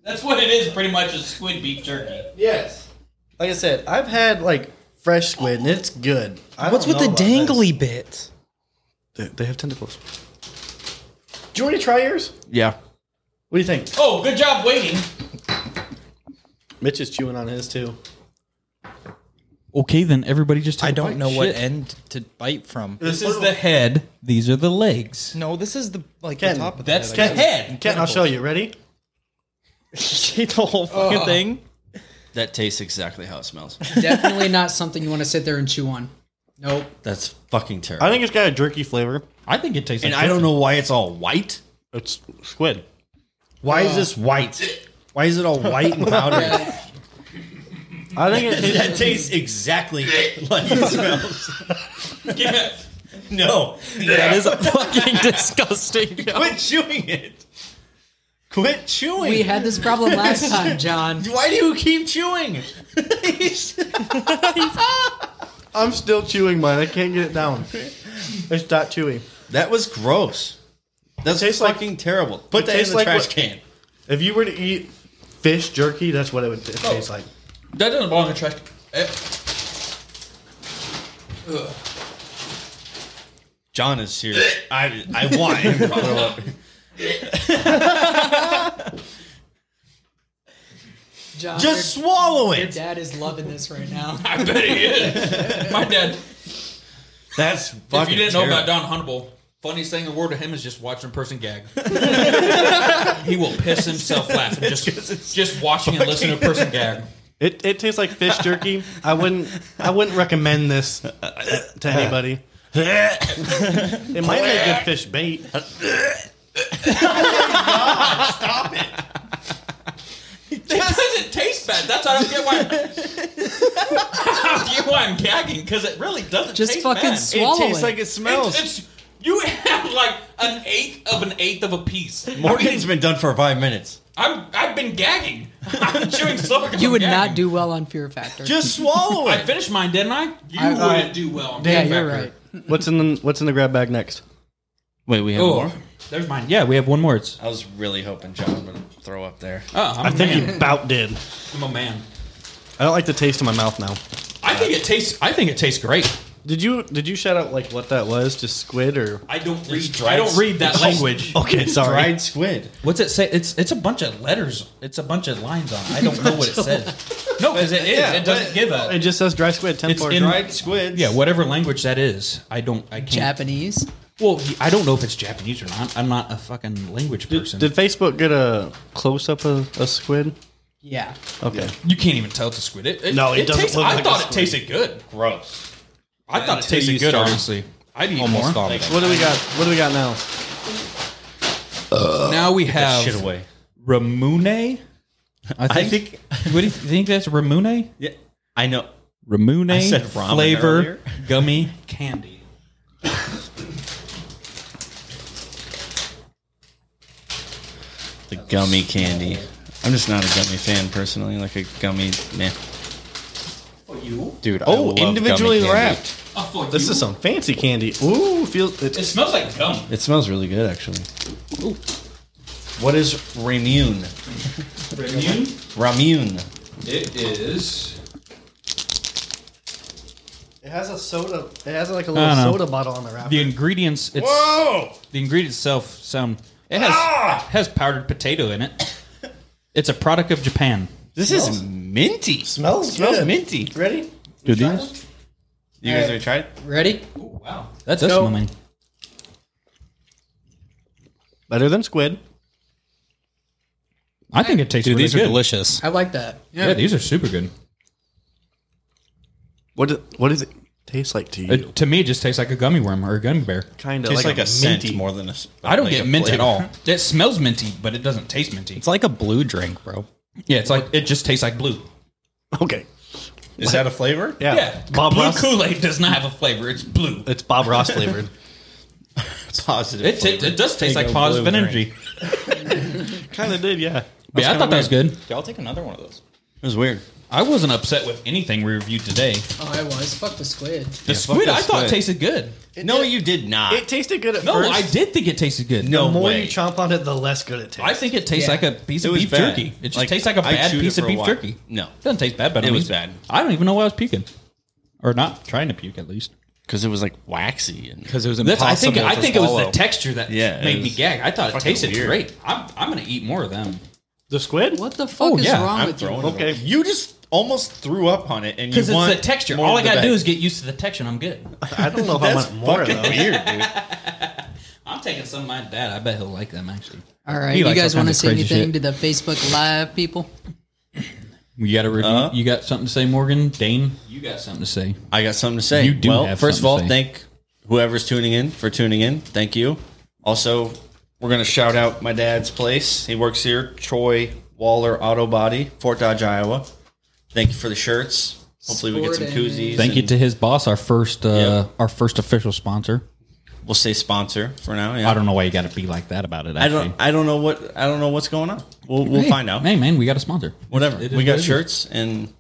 That's what it is, pretty much, is squid beef jerky. Yes. Like I said, I've had like fresh squid and it's good. I What's don't with the know about dangly bits? this. They, they have tentacles. Do you want to try yours? Yeah. What do you think? Oh, good job waiting. Mitch is chewing on his too. Okay, then everybody just. Take I a don't bite. know what Shit. end to bite from. This is the head. These are the legs. No, this is the like Ken, the top of That's the the head. head. Ken, I'll show you. Ready? She the whole fucking thing. That tastes exactly how it smells. Definitely not something you want to sit there and chew on. Nope. That's fucking terrible. I think it's got a jerky flavor. I think it tastes. and like I don't fish. know why it's all white. It's squid. Why Uh. is this white? Why is it all white and powdery? I think it tastes, That tastes exactly like it smells. No. That is fucking disgusting. Quit chewing it. Quit chewing. We had this problem last time, John. Why do you keep chewing? I'm still chewing mine. I can't get it down. It's not chewy. that was gross. That's It tastes like- fucking terrible. Put that in tastes the like trash what- can. If you were to eat fish jerky, that's what it would t- taste like. That doesn't belong in trash. John is here. I I want him to throw up. John Just swallow your, your it. dad is loving this right now. I bet he is. My dad. That's fucking If you didn't know terrible. about Don Hunnable, funniest thing in the world to him is just watching a person gag. he will piss himself laughing just just watching and listening to a person gag. It, it tastes like fish jerky. I wouldn't I wouldn't recommend this to anybody. It might make good fish bait. That doesn't taste bad. That's how I don't get why. I don't get why I'm gagging because it really doesn't Just taste fucking bad. It swallow it. tastes like it smells. It's, it's you have like an eighth of an eighth of a piece. Morgan's been done for five minutes. I'm I've been gagging. I'm chewing so you would not do well on Fear Factor. Just swallow I it. finished mine, didn't I? You I- wouldn't I- do well. on yeah, Fear you're Factor. right. What's in the What's in the grab bag next? Wait, we have Oh, there's mine. Yeah, we have one more. It's, I was really hoping John would throw up there. oh, I'm I a think man. you bout did. I'm a man. I don't like the taste in my mouth now. I think it tastes. I think it tastes great. Did you Did you shout out like what that was? Just squid or? I don't read. I don't read that language. Okay, sorry. Fried squid. What's it say? It's it's a bunch of letters. It's a bunch of lines on. it. I don't know what it says. No, because it is. Yeah, it doesn't but- give a. It just says dry squid. Ten It's four. in- dry. Fried squids. Yeah, whatever language that is, I don't. I can't. Japanese. Well, I don't know if it's Japanese or not. I'm not a fucking language person. Did Facebook get a close up of a squid? Yeah. Okay. You can't even tell it's a squid. It, it, No, it doesn't tastes, look I like a thought it squid. tasted good. Gross. I thought it Until tasted you good, started. honestly. I'd eat more? almost more. Like, What do we got? What do we got now? uh, now we have Shit away. Ramune. I think, I think. What do you think that's Ramune? Yeah, I know. Ramune I said ramen flavor earlier. gummy candy. The gummy candy. I'm just not a gummy fan personally. Like a gummy, meh. Dude, I Oh, love gummy individually candy. wrapped. This is some fancy candy. Ooh, feels Oh, It it, smells like gum. it smells really good actually. What is Ramune? Ramune. It is. It has a soda. It has like a little I don't know. soda bottle on the wrapper. The ingredients. It's, The ingredients itself sound. It has Ah! has powdered potato in it. It's a product of Japan. This is minty. smells smells minty. Ready? Good You guys already tried it? Ready? Wow. That does smell mean. Better than squid. I think it tastes Dude, really these good. are delicious. I like that. Yeah. these are super good. What do, what does it taste like to you? It, to me, it just tastes like a gummy worm or a gummy bear. kind Tastes like, a, scent minty- more than a. s- I don't like get a mint at flavor. all. It smells minty, but it doesn't taste minty. It's like a blue drink, bro. yeah, it's like it just tastes like blue. Okay. Is that a flavor? Yeah. Yeah, Bob blue Ross. Kool Aid does not have a flavor. It's blue. It's Bob Ross flavored. Positive. It, it, it does taste like positive energy. kind of did, yeah. But yeah, I thought that was good. Y'all take another one of those. It was weird. I wasn't upset with anything we reviewed today. Oh, I was. Fuck the squid. The squid that I thought squid. tasted good. no, you did not. It tasted good at No, first. I did think it tasted good. No. The more way. you chomp on it, the less good it tastes. I think it tastes Yeah. like a piece It of was beef bad. jerky. It just Like, tastes like a I bad chewed it piece for of a beef while. jerky. No. doesn't taste bad, but It I was mean, bad. I don't even know why I was puking, or not trying to puke at least. Because it was like waxy and Because it was That's, impossible. I think I to think it was the swallow. texture that Yeah, it made me was gag. I thought it fucking tasted weird. great. I'm, I'm gonna eat more of them. the squid. What the fuck Oh, is yeah, wrong I'm with you? throwing. Okay. Okay, you just almost threw up on it, and you Because it's want the texture. more All I of the gotta do bag. is get used to the texture, and I'm good. I don't know if I That's want more of fucking those. weird, dude. I'm taking some of my dad. I bet he'll like them actually. All right. He You likes all guys want to kinds of say crazy anything shit. to the Facebook Live people? You got a review. Uh-huh. You got something to say, Morgan? Dane, you got something to say? I got something to say. You do Well, have first of all, something to thank whoever's tuning in for tuning in. Thank you. Also, we're gonna shout out my dad's place. He works here, Troy Waller Auto Body, Fort Dodge, Iowa. Thank you for the shirts. Hopefully, we get some Sporting. koozies. Thank you and to his boss, our first uh, Yeah. our first official sponsor. we'll say sponsor for now. Yeah. I don't know why you got to be like that about it. Actually. I don't. I don't know what. I don't know what's going on. We'll we'll Hey, find out. Hey man, we got a sponsor. Whatever. It is We what it got is. shirts, and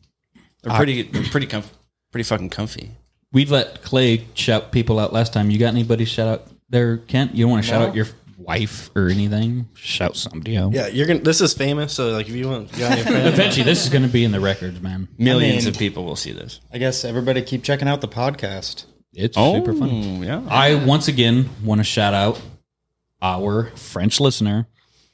they're pretty. They're pretty comf- Pretty fucking comfy. We let Clay shout people out last time. You got anybody shout out there, Kent? You don't want to shout out your wife or anything? Shout somebody out. Yeah, you're gonna. This is famous, so like if you want, you got any friends- Eventually, this is going to be in the records, man. Millions I mean- of people will see this. I guess everybody keep checking out the podcast. It's super fun. oh, yeah. I once again want to shout out our French listener.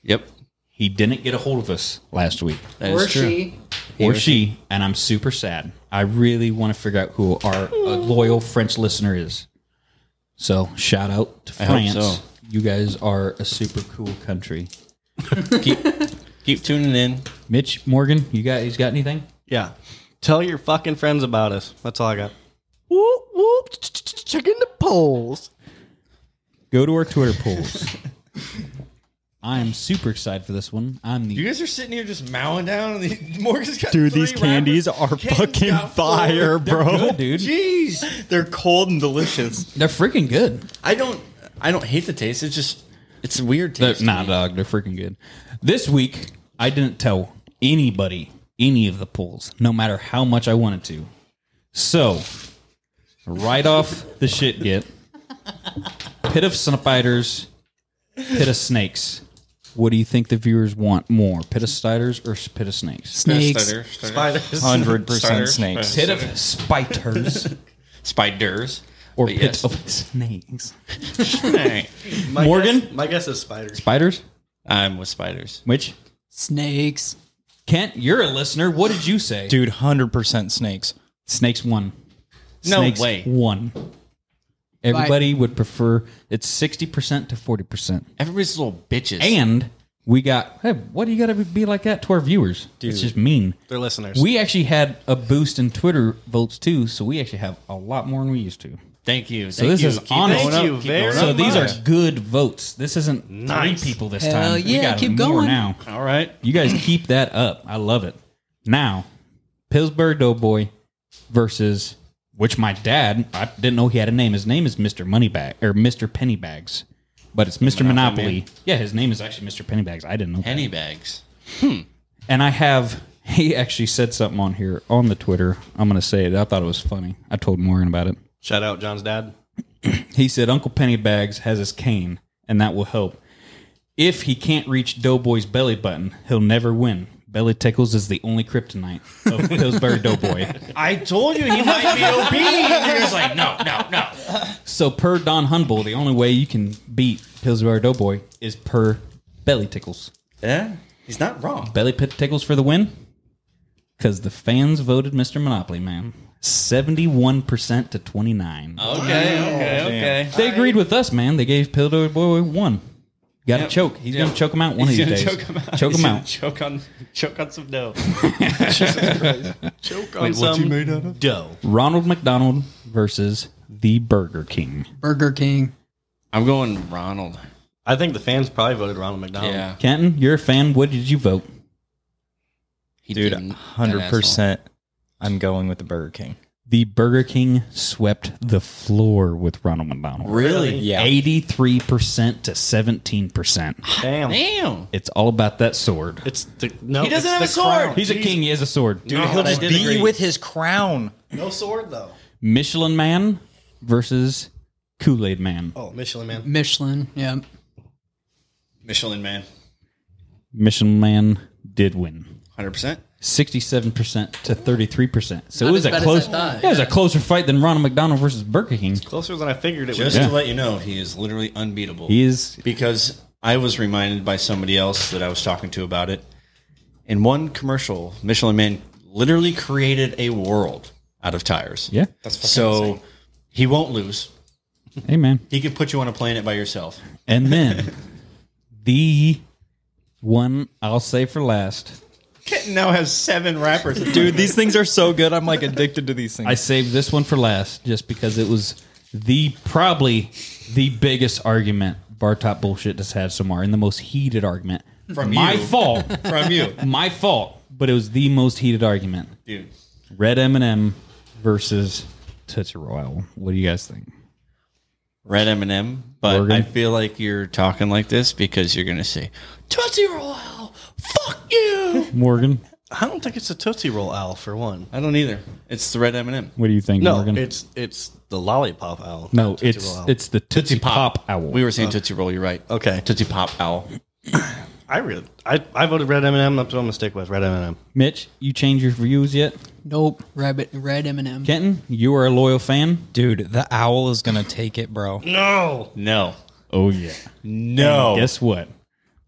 Yep. He didn't get a hold of us last week, That is Or true. she? or she, and I'm super sad. I really want to figure out who our uh, loyal French listener is. So shout out to hope France. so. You guys are a super cool country. keep keep tuning in. Mitch Morgan, you guys got anything? yeah, tell your fucking friends about us. That's all I got. Whoop, whoop, ch- ch- ch- checking the polls. Go to our Twitter polls. I'm super excited for this one. I'm the You guys are sitting here just mowing down. And the, Morgan's got Dude, three these candies wrappers. are Ken's fucking got four. fire, bro. good, dude. Jeez, They're cold and delicious. They're freaking good. I don't. I don't hate the taste. It's just. It's a weird They're, taste. nah, dog. They're freaking good. This week, I didn't tell anybody any of the polls, no matter how much I wanted to. So, right off the shit get, pit of spiders, pit of snakes. What do you think the viewers want more, pit of spiders or pit of snakes? Snakes. Spider, spider, Spiders. Hundred Starter. percent snakes. Pit of spiders spiders. or But pit yes. of snakes? My Morgan? guess- my guess is spiders. Spiders? I'm with spiders. Which? Snakes. Kent, you're a listener. What did you say? Dude, hundred percent snakes. Snakes won. No Snakes way. Won. Everybody would prefer it's sixty percent to forty percent. Everybody's little bitches. And we got hey, what do you got to be like that to our viewers? It's just mean. They're listeners. We actually had a boost in Twitter votes too, so we actually have a lot more than we used to. Thank you. So this is honest. Thank you very So these much. are good votes. This isn't Nice. three people this Hell time. yeah, we got keep more going. now. All right. You guys keep that up. I love it. Now, Pillsbury Doughboy versus which my dad I didn't know he had a name. His name is Mr. Moneybag or Mr. Pennybags, but it's Mr. Monopoly. Yeah, his name is actually Mr. Pennybags. I didn't know. that. Penny bags. And I have he actually said something on here on the Twitter. I'm going to say it. I thought it was funny. I told Morgan about it. Shout out John's dad. He said Uncle Pennybags has his cane, and that will help. If he can't reach Doughboy's belly button, he'll never win. Belly tickles is the only kryptonite of Pillsbury Doughboy. I told you he might be OP. And you was like, no, no, no. So per Don Humble, the only way you can beat Pillsbury Doughboy is per belly tickles. Yeah, he's not wrong. Belly pit tickles for the win, because the fans voted Mr. Monopoly man seventy-one percent to twenty-nine. Okay, okay, okay. They agreed with us, man. They gave Pildo Boy one. Got to choke. He's gonna choke him out one of these days. Choke him out. Choke him out. Choke on, choke on some dough. Doe. Ronald McDonald versus the Burger King. Burger King. I'm going Ronald. I think the fans probably voted Ronald Oh. McDonald. Yeah. Kenton, you're a fan. What did you vote? He Dude, didn't, that 100%. I'm going with the Burger King. The Burger King swept the floor with Ronald McDonald. Really? Yeah. Eighty-three percent to seventeen percent. Damn. Damn. It's all about that sword. It's the no. He doesn't have a it's the sword. crown. He's a king. He has a sword. Dude, he'll just did be agree. with his crown. No sword though. Michelin Man versus Kool Aid Man. Oh, Michelin man. Michelin. Yeah. Michelin man. Michelin Man did win. 100%. sixty-seven percent to thirty-three percent. So Not it was a as bad as close. I thought. It was a closer fight than Ronald McDonald versus Burger King. Closer than I figured it Just was. to let you know, he is literally unbeatable. He is because I was reminded by somebody else that I was talking to about it. In one commercial, Michelin Man literally created a world out of tires. yeah. so he won't lose. Hey man. He can put you on a planet by yourself. And then the one I'll say for last. Kitten now has seven rappers. Dude, these things are so good. I'm like addicted to these things. I saved this one for last just because it was the probably the biggest argument Bartop bullshit has had so far, and the most heated argument. From my you. fault. from you, my fault. But it was the most heated argument. dude. Red M&M versus Tootsie Royal. What do you guys think? Red M&M, but Morgan? I feel like you're talking like this because you're gonna say Tootsie Roll. Fuck you. Morgan, I don't think it's a Tootsie Roll owl for one. I don't either. It's the red M&M. what do you think, No, Morgan? it's it's the lollipop owl. no, Tootsie it's Roll owl. it's the Tootsie, Pop. owl. We were saying Tootsie Roll. You're right. okay. Tootsie Pop Owl. I really I, I voted red M and m That's what I'm gonna stick with. Red M and m Mitch, you changed your views yet? Nope. Rabbit. Red M&M. Kenton, you are a loyal fan. Dude, the owl is going to take it, bro. No. No. Oh yeah. No. Guess what?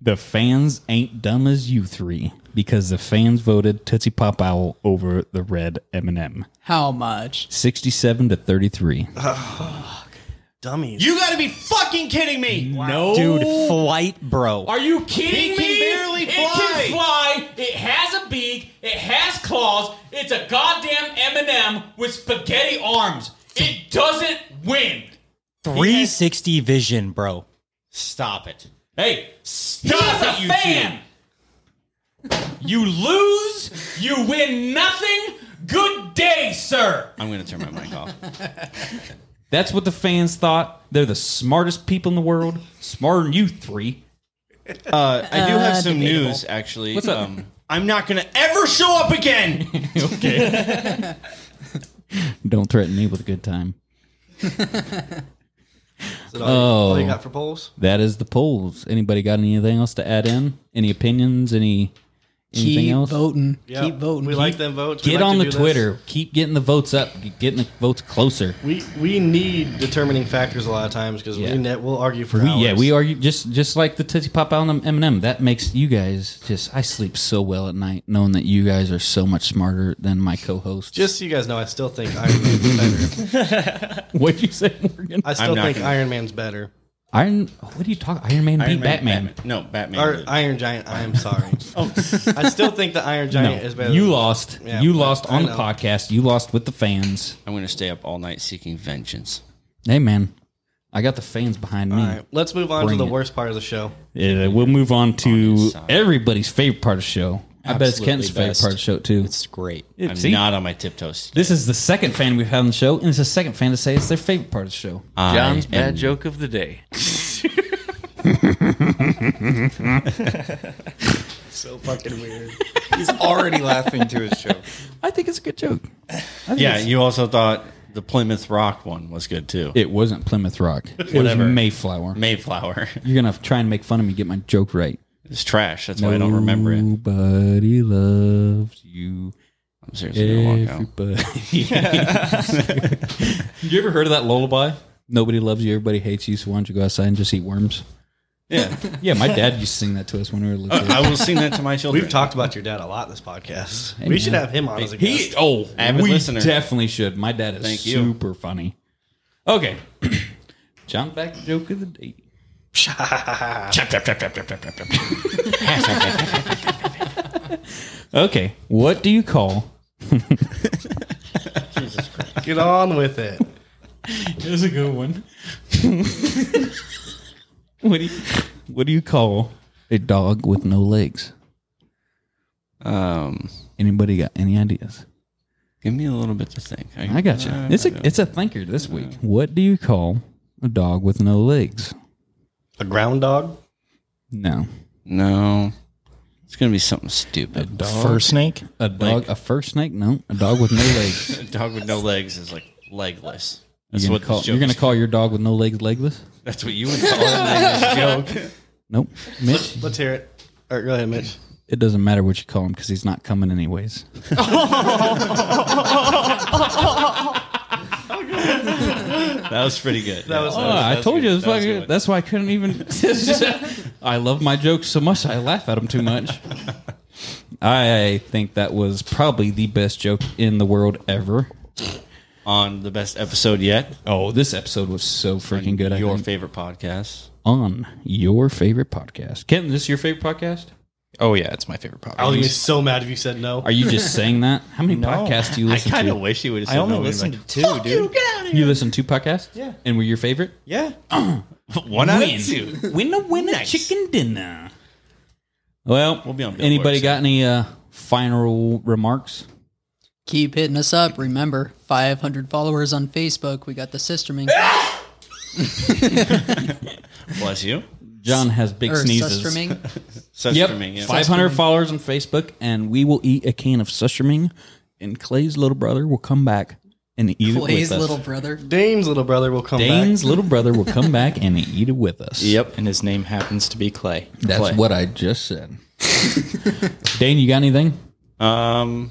The fans ain't dumb as you three because the fans voted Tootsie Pop owl over the red M&M, How much? sixty-seven to thirty-three. Dummies. You gotta be fucking kidding me! No, Dude, flight, bro. Are you kidding It can me? barely It fly. can fly. It has a beak. It has claws. It's a goddamn M&M with spaghetti arms. It doesn't win. 360 vision, bro. Stop it. Hey, stop it, you fan. You lose. You win nothing. Good day, sir. I'm gonna turn my mic off. Uh, That's what the fans thought. They're the smartest people in the world, smarter than you three. Uh, I do have some news, actually. What's up? I'm not gonna ever show up again. Don't threaten me with a good time. Is that all, you, all Oh. you got for polls? That is the polls. Anybody got anything else to add in? Any opinions? Any anything Keep else? voting. Yeah. Keep voting. We like them votes. We Get like to on the do this. Twitter. Keep getting the votes up. Keep getting the votes closer. We we need determining factors a lot of times because Yeah. we net, we'll argue for We, hours. yeah, we are you- just just like the Tootsie Pop Owl and Eminem. That makes you guys just. I sleep so well at night knowing that you guys are so much smarter than my co-host. Just so you guys know, I still think Iron Man's better. what'd you say, Morgan? I still not think gonna- Iron Man's better. Iron. What are you talking? Iron Man beat Batman. No, Batman. Or did. Iron Giant. I am sorry. oh, I still think the Iron Giant No, is better. you than- lost. Yeah, you lost I on the know. podcast. You lost with the fans. I'm going to stay up all night seeking vengeance. Hey, man, I got the fans behind me. All right, let's move on Bring to the it. worst part of the show. Yeah, we'll move on to side. everybody's favorite part of the show. I bet it's Absolutely Kenton's favorite best. part of the show too. It's great. It- I'm see? not on my tiptoes. this is the second fan we've had on the show, and it's the second fan to say it's their favorite part of the show. John's I bad am- joke of the day. So fucking weird. He's already laughing to his joke. I think it's a good joke. Yeah, you also thought the Plymouth Rock one was good too. It wasn't Plymouth Rock. It was Whatever. Mayflower. Mayflower. You're gonna try and make fun of me, get my joke right. It's trash. That's why I don't remember it. Nobody loves you. I'm seriously going to walk out. Everybody. you ever heard of that lullaby? Nobody loves you. Everybody hates you. So why don't you go outside and just eat worms? Yeah, Yeah, my dad used to sing that to us when we were little. kids. I will sing that to my children. We've talked about your dad a lot this podcast. we should have him on as a guest. He oh, Avid we listener. definitely should. My dad is Thank you. super funny. Okay, John back joke of the day. okay, what do you call? Get on with it. Here's a good one. what do you, what do you call a dog with no legs? Um, Anybody got any ideas? give me a little bit to think. I got you. It's a it's a thinker this week. What do you call a dog with no legs? A ground dog? No, no. It's gonna be something stupid. Fur snake? a dog, a fur snake. No, a dog with no legs. A dog with no legs is like legless. That's You're gonna, what call, this you're joke gonna is. call your dog with no legs legless? That's what you would call a legless joke. Nope, Mitch. Let's hear it. All right, go ahead, Mitch. It doesn't matter what you call him because he's not coming anyways. That was pretty good. That was- Oh, I told you. That's, That was why, good. that's why I couldn't even. I love my jokes so much. I laugh at them too much. I think that was probably the best joke in the world ever. on the best episode yet. Oh, this episode was so freaking good. I Your think. favorite podcast. on your favorite podcast. Kenton, this your favorite podcast? Oh yeah, it's my favorite podcast. I was gonna be so mad if you said no. Are you just saying that? How many podcasts do you listen kinda to? wish you would have I only listened to two, dude. You listen to podcasts? Yeah. And were your favorite? Yeah. One out of two. Win, win a win a chicken dinner. Well, We'll be on Billboard anybody soon. got any uh, final remarks? Keep hitting us up. Remember, 500 followers on Facebook. We got the Sisterman Bless you. John has big or sneezes. Susterming. Such Yep, for me, yeah. 500 followers on Facebook, and we will eat a can of susterming, and Clay's little brother will come back and eat Clay's it with little us. brother. Dane's little brother will come Dane's little brother will come back and eat it with us. Yep. And his name happens to be Clay. That's what I just said. Dane, you got anything? Um,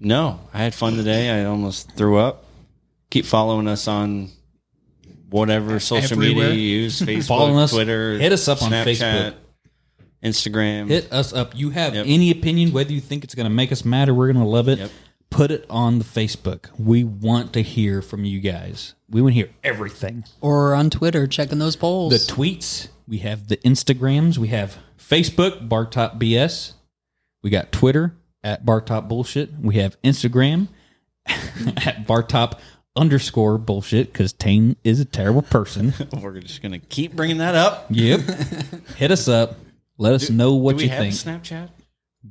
no, I had fun today. I almost threw up. Keep following us on whatever social Everywhere. media you use: Facebook, Following us. Twitter. Hit us up on Facebook. Snapchat, Instagram. Hit us up. You have Yep. any opinion, whether you think it's going to make us mad or we're going to love it, Yep. put it on the Facebook. We want to hear from you guys. We want to hear everything. Or on Twitter, checking those The polls. tweets, we have the Instagrams, we have Facebook, Bartop BS. We got Twitter at Bartop Bullshit. We have Instagram at Bartop underscore bullshit because Tane is a terrible person. We're just gonna keep bringing that up. Yep. Hit us up. Let us know what Do we you have think. Snapchat?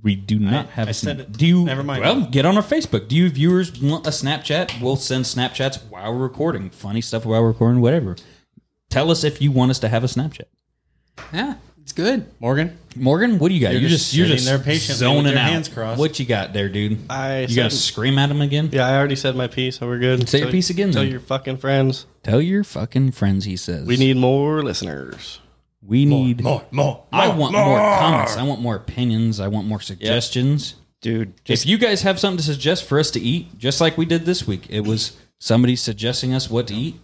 we do not have I a said Snap- it. Do you? Never mind. Well, get on our Facebook. Do you viewers want a Snapchat? We'll send Snapchats while we're recording. Funny stuff while we're recording. Whatever. Tell us if you want us to have a Snapchat. yeah, it's good. Morgan. Morgan, what do you got? You're, just just, you're sitting just there patiently zoning with your out. hands crossed. What you got there, dude? I you got to said- scream at him again. back. Yeah, I already said my piece, so we're good. Say your Tell- piece again, Tell then. your fucking friends. Tell your fucking friends. He says We need more listeners. We need. More, more. I want more comments. I want more opinions. I want more suggestions. Dude, if you guys have something to suggest for us to eat, just like we did this week, it was somebody suggesting us what to eat.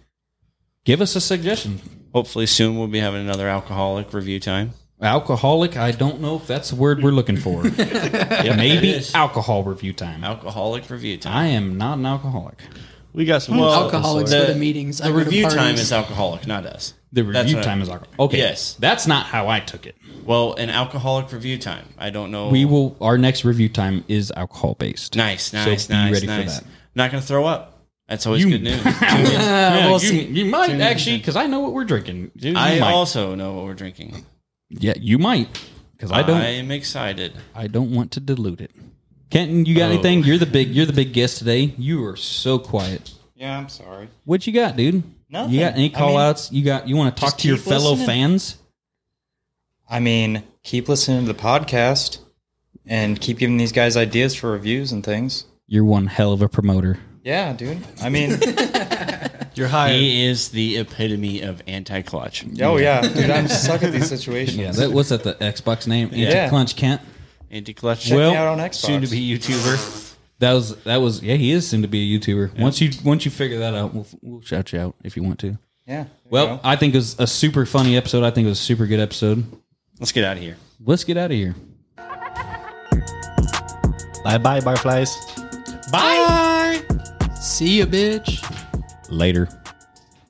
Give us a suggestion. Hopefully soon we'll be having another alcoholic review time. Alcoholic, I don't know if that's the word we're looking for. Maybe alcohol review time. Alcoholic review time. I am not an alcoholic. We got some Well, Alcoholics the- go to meetings. I The go to review parties. time is alcoholic, not us. The That's review what I- time is awkward. Okay. Yes. That's not how I took it. Well, an alcoholic review time. I don't know. We will. Our next review time is alcohol based. Nice, So nice, be nice, ready for nice. that. I'm not gonna throw up. That's always You- good news. Yeah, we'll you, see. you might actually, because I know what we're drinking. Dude, you I might. also know what we're drinking. yeah, you might, because I don't. I I, am excited. don't want to dilute it. Kenton, you Oh. got anything? You're the big. You're the big guest today. You are so quiet. Yeah, I'm sorry. What you got, dude? Nothing. You got any I mean, call outs? You got? You want to talk just to your keep fellow listening. fans? I mean, keep listening to the podcast and keep giving these guys ideas for reviews and things. You're one hell of a promoter. Yeah, dude. I mean, You're hired. He is the epitome of anti-clutch. oh yeah, dude. I'm stuck at these situations. Yeah. That, what's that? The Xbox name? Yeah. Yeah. Clunch Kent. Anti-clutch. Check Well, me out on Xbox. soon to be YouTuber. That was that was yeah. He is soon to be a YouTuber. Once you once you figure that out, we'll, we'll shout you out if you want to. Yeah. there you Well, go. I think it was a super funny episode. I think it was a super good episode. Let's get out of here. Let's get out of here. Bye bye, barflies. See ya, bitch. Later.